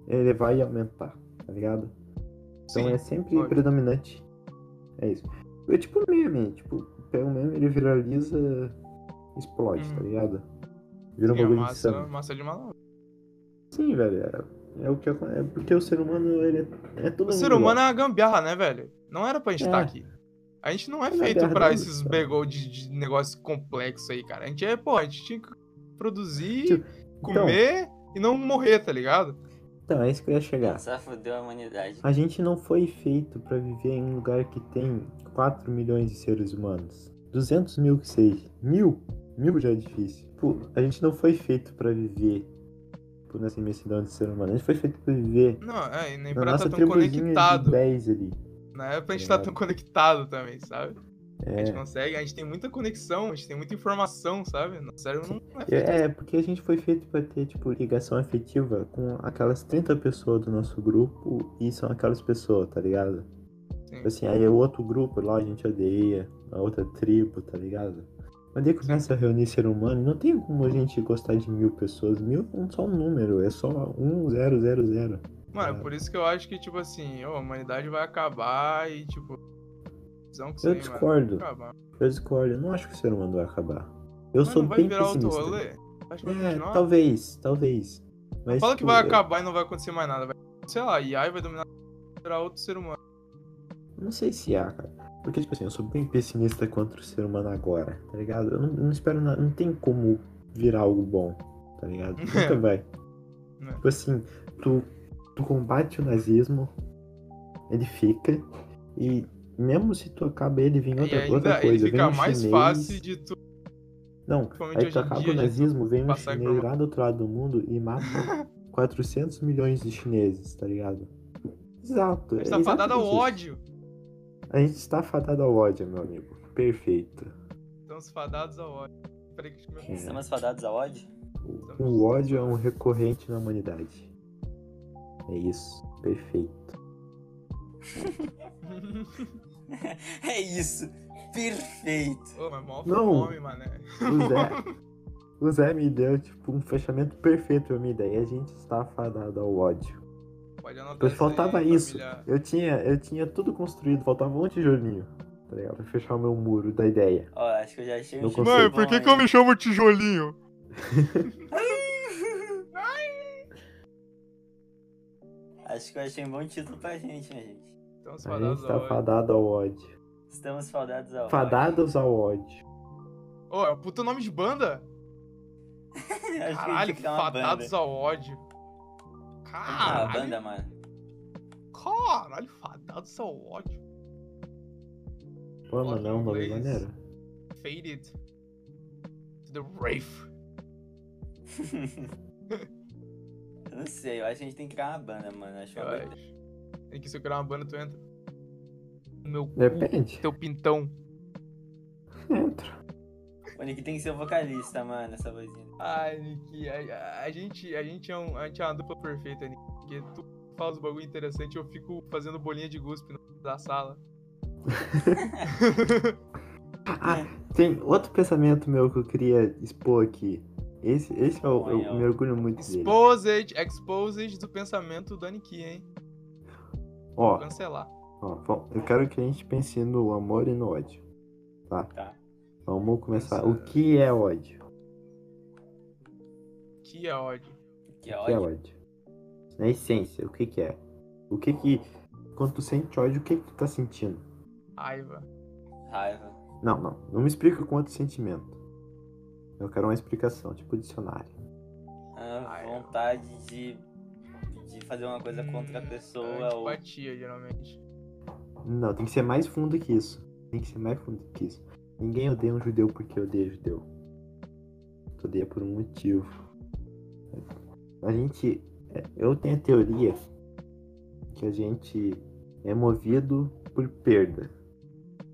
elevar e aumentar, tá ligado? Então
Sim,
é sempre
óbvio.
predominante. É isso. É tipo meme, tipo, pega um meme, ele viraliza, explode,
Hum.
tá ligado? Vira um
E a
bagulho
é massa,
insano.
massa de manobra.
Sim, velho, é, é o que acon- é porque o ser humano, ele é, é todo
O ser humano é uma gambiarra, né, velho? Não era pra gente
É.
estar aqui. A gente não é
Ele é
feito pra
verdadeiro,
esses
cara.
begol de, de negócio complexo aí, cara. A gente é, pô, a gente tinha que produzir
Tipo, Então.
comer e não morrer, tá ligado?
Então, é isso que eu ia chegar.
Só fudeu a humanidade.
A gente não foi feito pra viver em um lugar que tem 4 milhões de seres humanos. 200 mil que seja. Mil? Mil já é difícil. Tipo, a gente não foi feito pra viver tipo, nessa imensidão de ser humano. A gente foi feito pra viver
Não, é, e
na
nem pra tá
nossa
tão
tribuzinha de
conectado.
10 ali.
Na época a gente tá tão conectado também, sabe? A gente
É,
consegue, a gente tem muita conexão, a gente tem muita informação, sabe? Nosso cérebro não é feito
é, porque a gente foi feito pra ter, tipo, ligação afetiva com aquelas 30 pessoas do nosso grupo e são aquelas pessoas, tá ligado?
assim.
Tipo assim, aí o outro grupo lá a gente odeia, a outra tribo, tá ligado? Mas daí começa a reunir ser humano, não tem como a gente gostar de mil pessoas. Mil é um- só um número, é só um zero zero zero.
Mano, é por isso que eu acho que, tipo assim, ó, a humanidade vai acabar e, tipo. Visão que isso
Eu
aí, mano,
discordo.
vai acabar.
Eu discordo, eu não acho que o ser humano vai acabar. Eu
Mas
sou
não vai
bem
virar outro
pessimista.
rolê? Acho que vai
É,
continuar.
talvez, talvez. Mas,
Fala que
tipo,
vai
eu-
acabar e não vai acontecer mais nada. Vai, sei lá, AI vai dominar vai virar outro ser humano.
Não sei se há, cara. Porque, tipo assim, eu sou bem pessimista contra o ser humano agora, tá ligado? Eu não, eu não espero nada. Não tem como virar algo bom, tá ligado? Nunca vai.
É.
Tipo assim, tu, tu combate o nazismo, ele fica, e mesmo se tu acaba ele, vem
E
outra, outra
ainda
coisa.
ele
vem
fica
um
mais
chinês.
fácil de tu.
Não,
Principalmente
aí
hoje
tu
em
acaba
dia,
o
de
nazismo, vem um
passar
chinês
informação.
lá do outro lado do mundo e mata 400 milhões de chineses, tá ligado? Exato.
A gente
é
tá fadado ao
exatamente isso.
ódio.
A gente está fadado ao ódio, meu amigo. Perfeito.
Estamos fadados ao ódio. Peraí que eu
É.
Estamos fadados a ódio?
O- O ódio é um recorrente na humanidade. É isso. Perfeito.
É isso. Perfeito.
Ô, mas mó
É. Não.
fome, mané.
O Zé, o Zé me deu, tipo, um fechamento perfeito pra minha ideia. A gente está fadado ao ódio.
Pode anotar
Pois
isso aí,
faltava isso.
família.
Eu tinha, eu tinha tudo construído, faltava um tijolinho. Tá ligado? Pra fechar o meu muro da ideia.
Ó, acho que eu já achei
Não
um
consigo. Mãe,
bom aí.
chamo tijolinho?
Acho que eu achei um bom título pra gente, né, gente?
Estamos
A gente
fadados ao
está
ódio.
tá fadado ao ódio.
Estamos fadados a ódio.
Fadados ao ódio.
Ô, é um puta nome de banda?
Acho que a gente
Caralho,
tem que dar uma
fadados
banda.
ao ódio.
Ah, uma
Caralho,
banda, mano.
caralho, fadados ao ódio.
Pô, mas não, mano,
Inglês.
maneiro.
Faded. To the Wraith.
Eu não sei, eu acho que a gente tem que criar uma banda, mano. Acho que é
Eu
uma banda.
acho. Tem que se eu criar uma banda, tu entra. No meu cu,
Depende.
teu pintão.
Entra.
O Nick tem que ser o vocalista, mano, essa vozinha.
Ai, Nick, a, a- a gente, a, gente é um, a gente é uma dupla perfeita, Nick. Porque tu fala os bagulho interessante e eu fico fazendo bolinha de guspe na sala.
Ah, tem outro pensamento meu que eu queria expor aqui. Esse, esse é o, eu
Olha.
me orgulho muito dele.
Exposed, exposed do pensamento do Aniki, hein? Vou
Ó,
cancelar.
ó, bom, eu quero que a gente pense no amor e no ódio. Tá?
Tá.
Vamos começar. O que é ódio?
Que é ódio.
Que
O que é
ódio.
ódio? Na essência, o que que é? O que que... Quando tu sente ódio, o que que tu tá sentindo?
Raiva.
Raiva.
Não, não. Não me explica com outro sentimento. Eu quero uma explicação, tipo dicionário.
A
Ai, eu-
Ah, vontade de, de fazer uma coisa contra a
Hum,
pessoa ou
É Antipatia, geralmente.
Não, tem que ser mais fundo que isso. Tem que ser mais fundo que isso. Ninguém odeia um judeu porque odeia judeu. Tu odeia por um motivo. A gente. é, Eu tenho a teoria que a gente é movido por perda.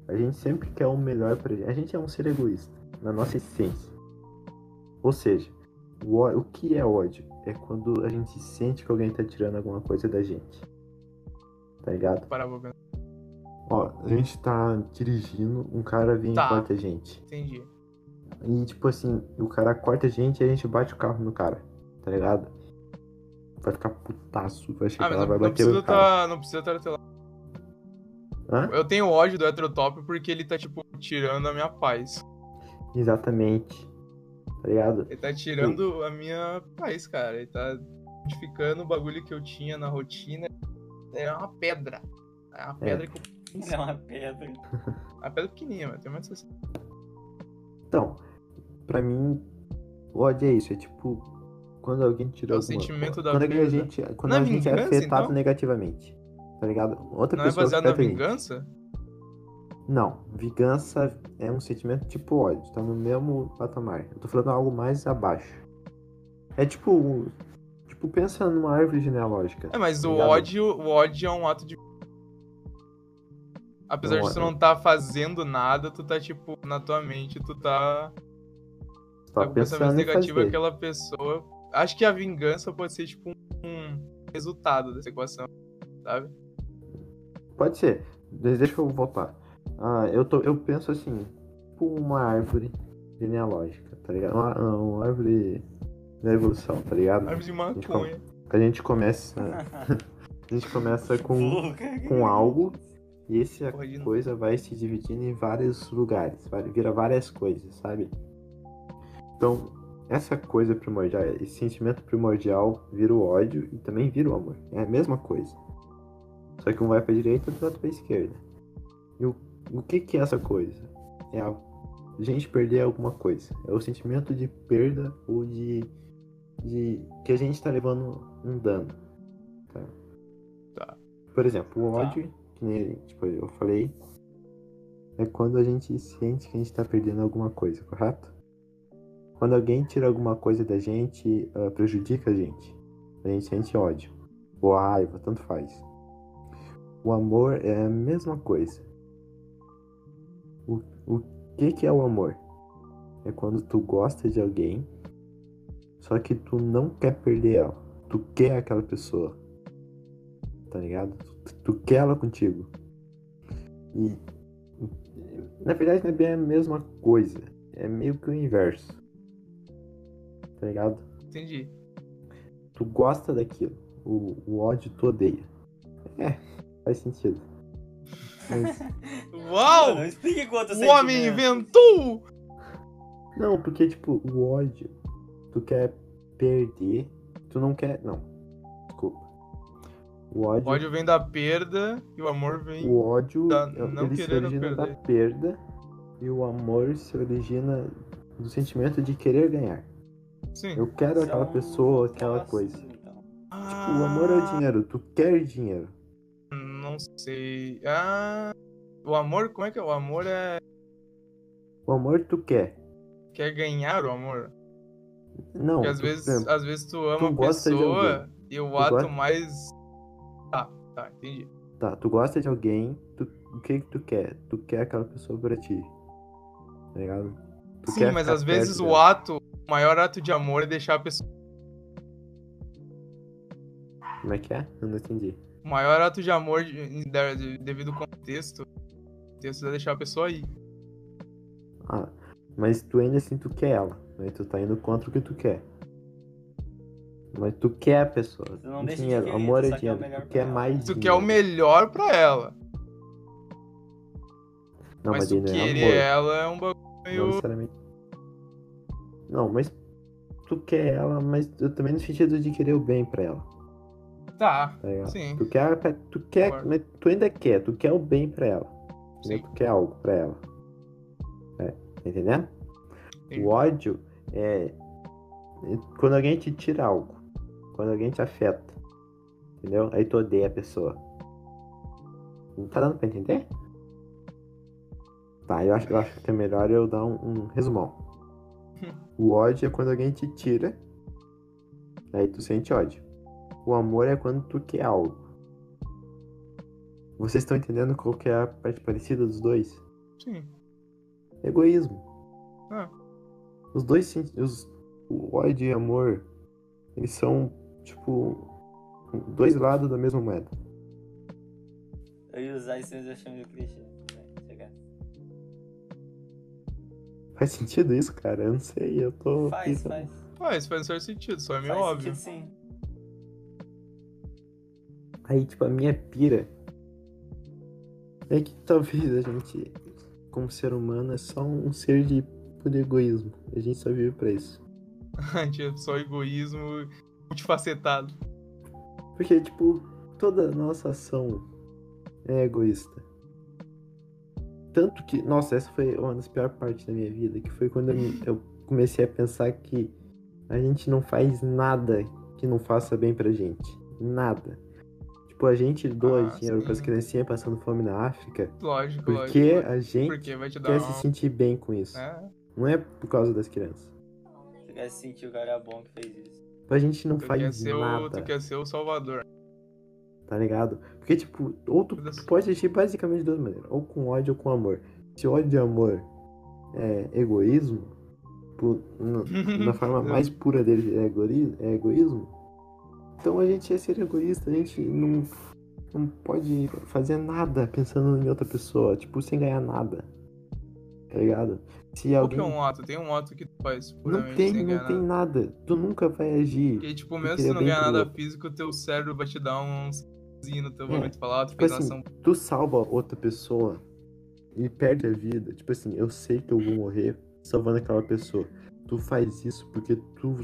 A gente sempre quer o melhor pra gente. A gente é um ser egoísta, na nossa essência. Ou seja, o, ó- o que é ódio? É quando a gente sente que alguém tá tirando alguma coisa da gente. Tá ligado?
Parar pra pensar.
Ó, a gente tá dirigindo, um cara vem
Tá.
e corta a gente.
Entendi.
E tipo assim, o cara corta a gente e a gente bate o carro no cara, tá ligado? Vai ficar putaço, vai chegar
Ah, mas
lá,
não,
vai
não
bater
precisa
o carro.
tá, não precisa tá sei lá.
Hã?
Eu tenho ódio do heterotop porque ele tá, tipo, tirando a minha paz.
Exatamente. Tá ligado?
Ele tá tirando
Hum.
a minha paz, cara. Ele tá modificando o bagulho que eu tinha na rotina. É uma pedra. É uma pedra que eu... É
é uma pedra.
Uma pedra pequenininha, mas tem mais assim.
Então, pra mim, o ódio é isso, é tipo quando alguém tirou
É o
alguma-
sentimento da
quando a
vida.
gente, quando
Não é
a gente é
vingança,
afetado
então?
negativamente. Tá ligado? Outra
Não é
pessoa tá
baseado na
afeta a gente.
vingança?
Não, vingança é um sentimento tipo ódio, tá no mesmo patamar. Eu tô falando algo mais abaixo. É tipo, o- tipo pensa numa árvore genealógica.
É, mas o
Obrigado.
ódio, o ódio é um ato de. Apesar
Não,
de tu
é-
não tá fazendo nada, tu tá, tipo, na tua mente, tu tá,
Você
tá
tá
com pensamento
pensando em
negativo
fazer.
àquela pessoa. Acho que a vingança pode ser, tipo, um- um resultado dessa equação, sabe?
Pode ser. Mas Deixa eu voltar. Ah, eu, tô, eu penso assim, tipo uma árvore genealógica, tá ligado? Uma, uma árvore da evolução, tá ligado?
Árvore de maconha.
A gente começa, a gente começa com com algo e é essa
Porra, de novo.
coisa vai se dividindo em vários lugares, vai- vira várias coisas, sabe? Então, essa coisa primordial, esse sentimento primordial vira o ódio e também vira o amor. É a mesma coisa. Só que um vai pra direita e o outro pra esquerda. E o, o que que é essa coisa? É a gente perder alguma coisa. É o sentimento de perda ou de, de que a gente tá levando um dano. Tá?
Tá.
Por exemplo, o ódio, que nem tipo, eu falei, é quando a gente sente que a gente tá perdendo alguma coisa, correto? Quando alguém tira alguma coisa da gente, ah, prejudica a gente. A gente sente ódio. Ou raiva, tanto faz. O amor é a mesma coisa. O, o que, que é o amor? É quando tu gosta de alguém, só que tu não quer perder ela. Tu quer aquela pessoa. Tá ligado? Tu, tu quer ela contigo. E. Na verdade, não é bem a mesma coisa. É meio que o inverso. Tá ligado?
Entendi.
tu gosta daquilo. O, o ódio tu odeia. É, faz sentido. Mas-
Uau!
Não explique quanto
O Um homem inventou!
não, porque tipo, o ódio, tu quer perder, tu não quer. Não. Desculpa. O
O
ódio.
ódio vem da perda e o amor vem.
O ódio
da-
é-
não
ele se
querendo
origina da perda e o amor se origina do sentimento de querer ganhar.
Sim.
Eu quero
um
aquela pessoa, aquela coisa.
então.
O amor é o
Ah,
dinheiro, tu quer dinheiro.
Não sei. Ah. O amor, como é que é? O amor é.
O amor tu quer.
Quer ganhar o amor?
Não.
Porque às
tu-
vezes,
por exemplo,
às vezes tu ama
tu
a
gosta de
pessoa e o ato
gosta-
mais. Tá, tá, entendi.
Tá, tu gosta de alguém, tu- o que que tu quer? Tu quer aquela pessoa pra ti. Tá ligado? Tu
Sim,
quer
mas
é ficar
às vezes
perto
o
dela.
ato, o maior ato de amor é deixar a pessoa.
Como é que é? Eu não entendi.
O maior ato de amor de- de- de- devido ao contexto. O contexto é deixar a pessoa aí.
Ah, mas tu ainda assim tu quer ela. Né? Tu tá indo contra o que tu quer. Mas tu quer a pessoa.
Tu não deixa de
dinheiro,
querer,
amor
tu
é
só quer o
dinheiro.
melhor
tu
pra
quer
ela.
mais
Tu
dinheiro.
quer é o melhor pra ela.
Não,
mas
mas,
tu
ele não é
querer
amor.
ela é um bagulho
Não
meio.
necessariamente. Não, mas tu quer ela, mas eu também no sentido de querer o bem pra ela.
Tá,
Tá ligado?
sim.
Tu quer, pra- tu quer,
Concordo.
mas tu ainda quer, tu quer o bem pra ela.
Sim.
Né? Tu quer algo pra ela. É, tá entendendo?
Sim.
O ódio é é quando alguém te tira algo, quando alguém te afeta, entendeu? Aí tu odeia a pessoa. Não tá dando pra entender? Tá, eu acho, eu acho que é melhor eu dar um, um resumão. O ódio é quando alguém te tira, aí tu sente ódio. O amor é quando tu quer algo. Vocês estão entendendo qual que é a parte parecida dos dois?
Sim.
Egoísmo.
Ah.
É.
Os dois sen- os o ódio e amor, eles são tipo dois lados da mesma moeda.
Eu ia usar isso, mas eu chamei o Christian. Vai, chega.
Faz sentido isso, cara? Eu não sei, eu tô tá
Faz,
pensando.
faz.
Ah, isso faz um certo sentido, só é meio
Faz
óbvio.
sentido, sim.
Aí, tipo, a minha pira é que talvez a gente, como ser humano, é só um ser de puro egoísmo. A gente só vive pra isso.
Tinha é só egoísmo multifacetado.
Porque, tipo, toda nossa ação é egoísta. Tanto que, nossa, essa foi uma das piores partes da minha vida, que foi quando eu, eu comecei a pensar que A gente não faz nada que não faça bem pra gente. Nada. Tipo, a gente doa
Ah,
dinheiro pras
sim.
criancinhas passando fome na África
Lógico, lógico.
porque a gente
Porque vai te dar
quer se
um...
sentir bem com isso.
É,
Não é por causa das crianças.
Tu quer sentir o cara é bom que fez isso.
A gente não
tu, quer
faz
ser é o,
nada,
tu quer ser o salvador.
tá ligado? Porque, tipo, ou tu,
assim
tu pode agir basicamente de duas maneiras. Ou com ódio ou com amor. Se ódio e amor é egoísmo, tipo, na- na forma mais pura dele é, egori- é egoísmo. Então a gente é ser egoísta, a gente não, não pode fazer nada pensando em outra pessoa, tipo, sem ganhar nada. Tá ligado? Se
Qual que
alguém.
é um ato? Tem um ato que tu faz puramente
Não tem,
sem
não
ganhar
tem
nada.
nada. Tu nunca vai agir.
Porque, tipo,
Tu
mesmo se
queria
tu não
bem
ganhar
pro
nada
outro.
físico, teu cérebro vai te dar um... zinho no teu
É,
momento falar, tu
tipo
fez
assim,
ação
Tu salva outra pessoa e perde a vida. Tipo assim, eu sei que eu vou morrer salvando aquela pessoa. Tu faz isso porque tu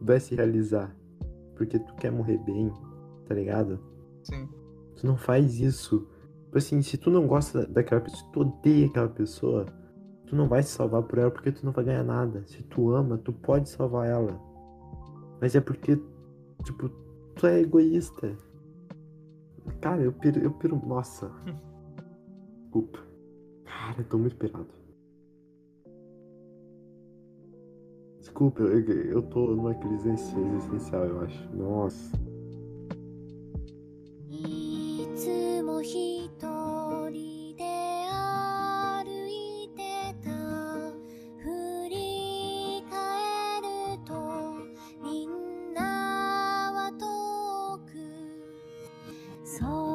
vai se realizar. Porque tu quer morrer bem, tá ligado?
assim.
Tu não faz isso. Tipo assim, se tu não gosta daquela pessoa, se tu odeia aquela pessoa, tu não vai se salvar por ela porque tu não vai ganhar nada. Se tu ama, tu pode salvar ela. Mas é porque, tipo, tu é egoísta. Cara, eu piro. Eu piro nossa. Desculpa. Cara, eu tô muito pirado. Desculpa, eu, eu eu tô numa crise existencial, eu acho. Nossa.
いつも一人で歩いてた振り返るとみんなは遠くそ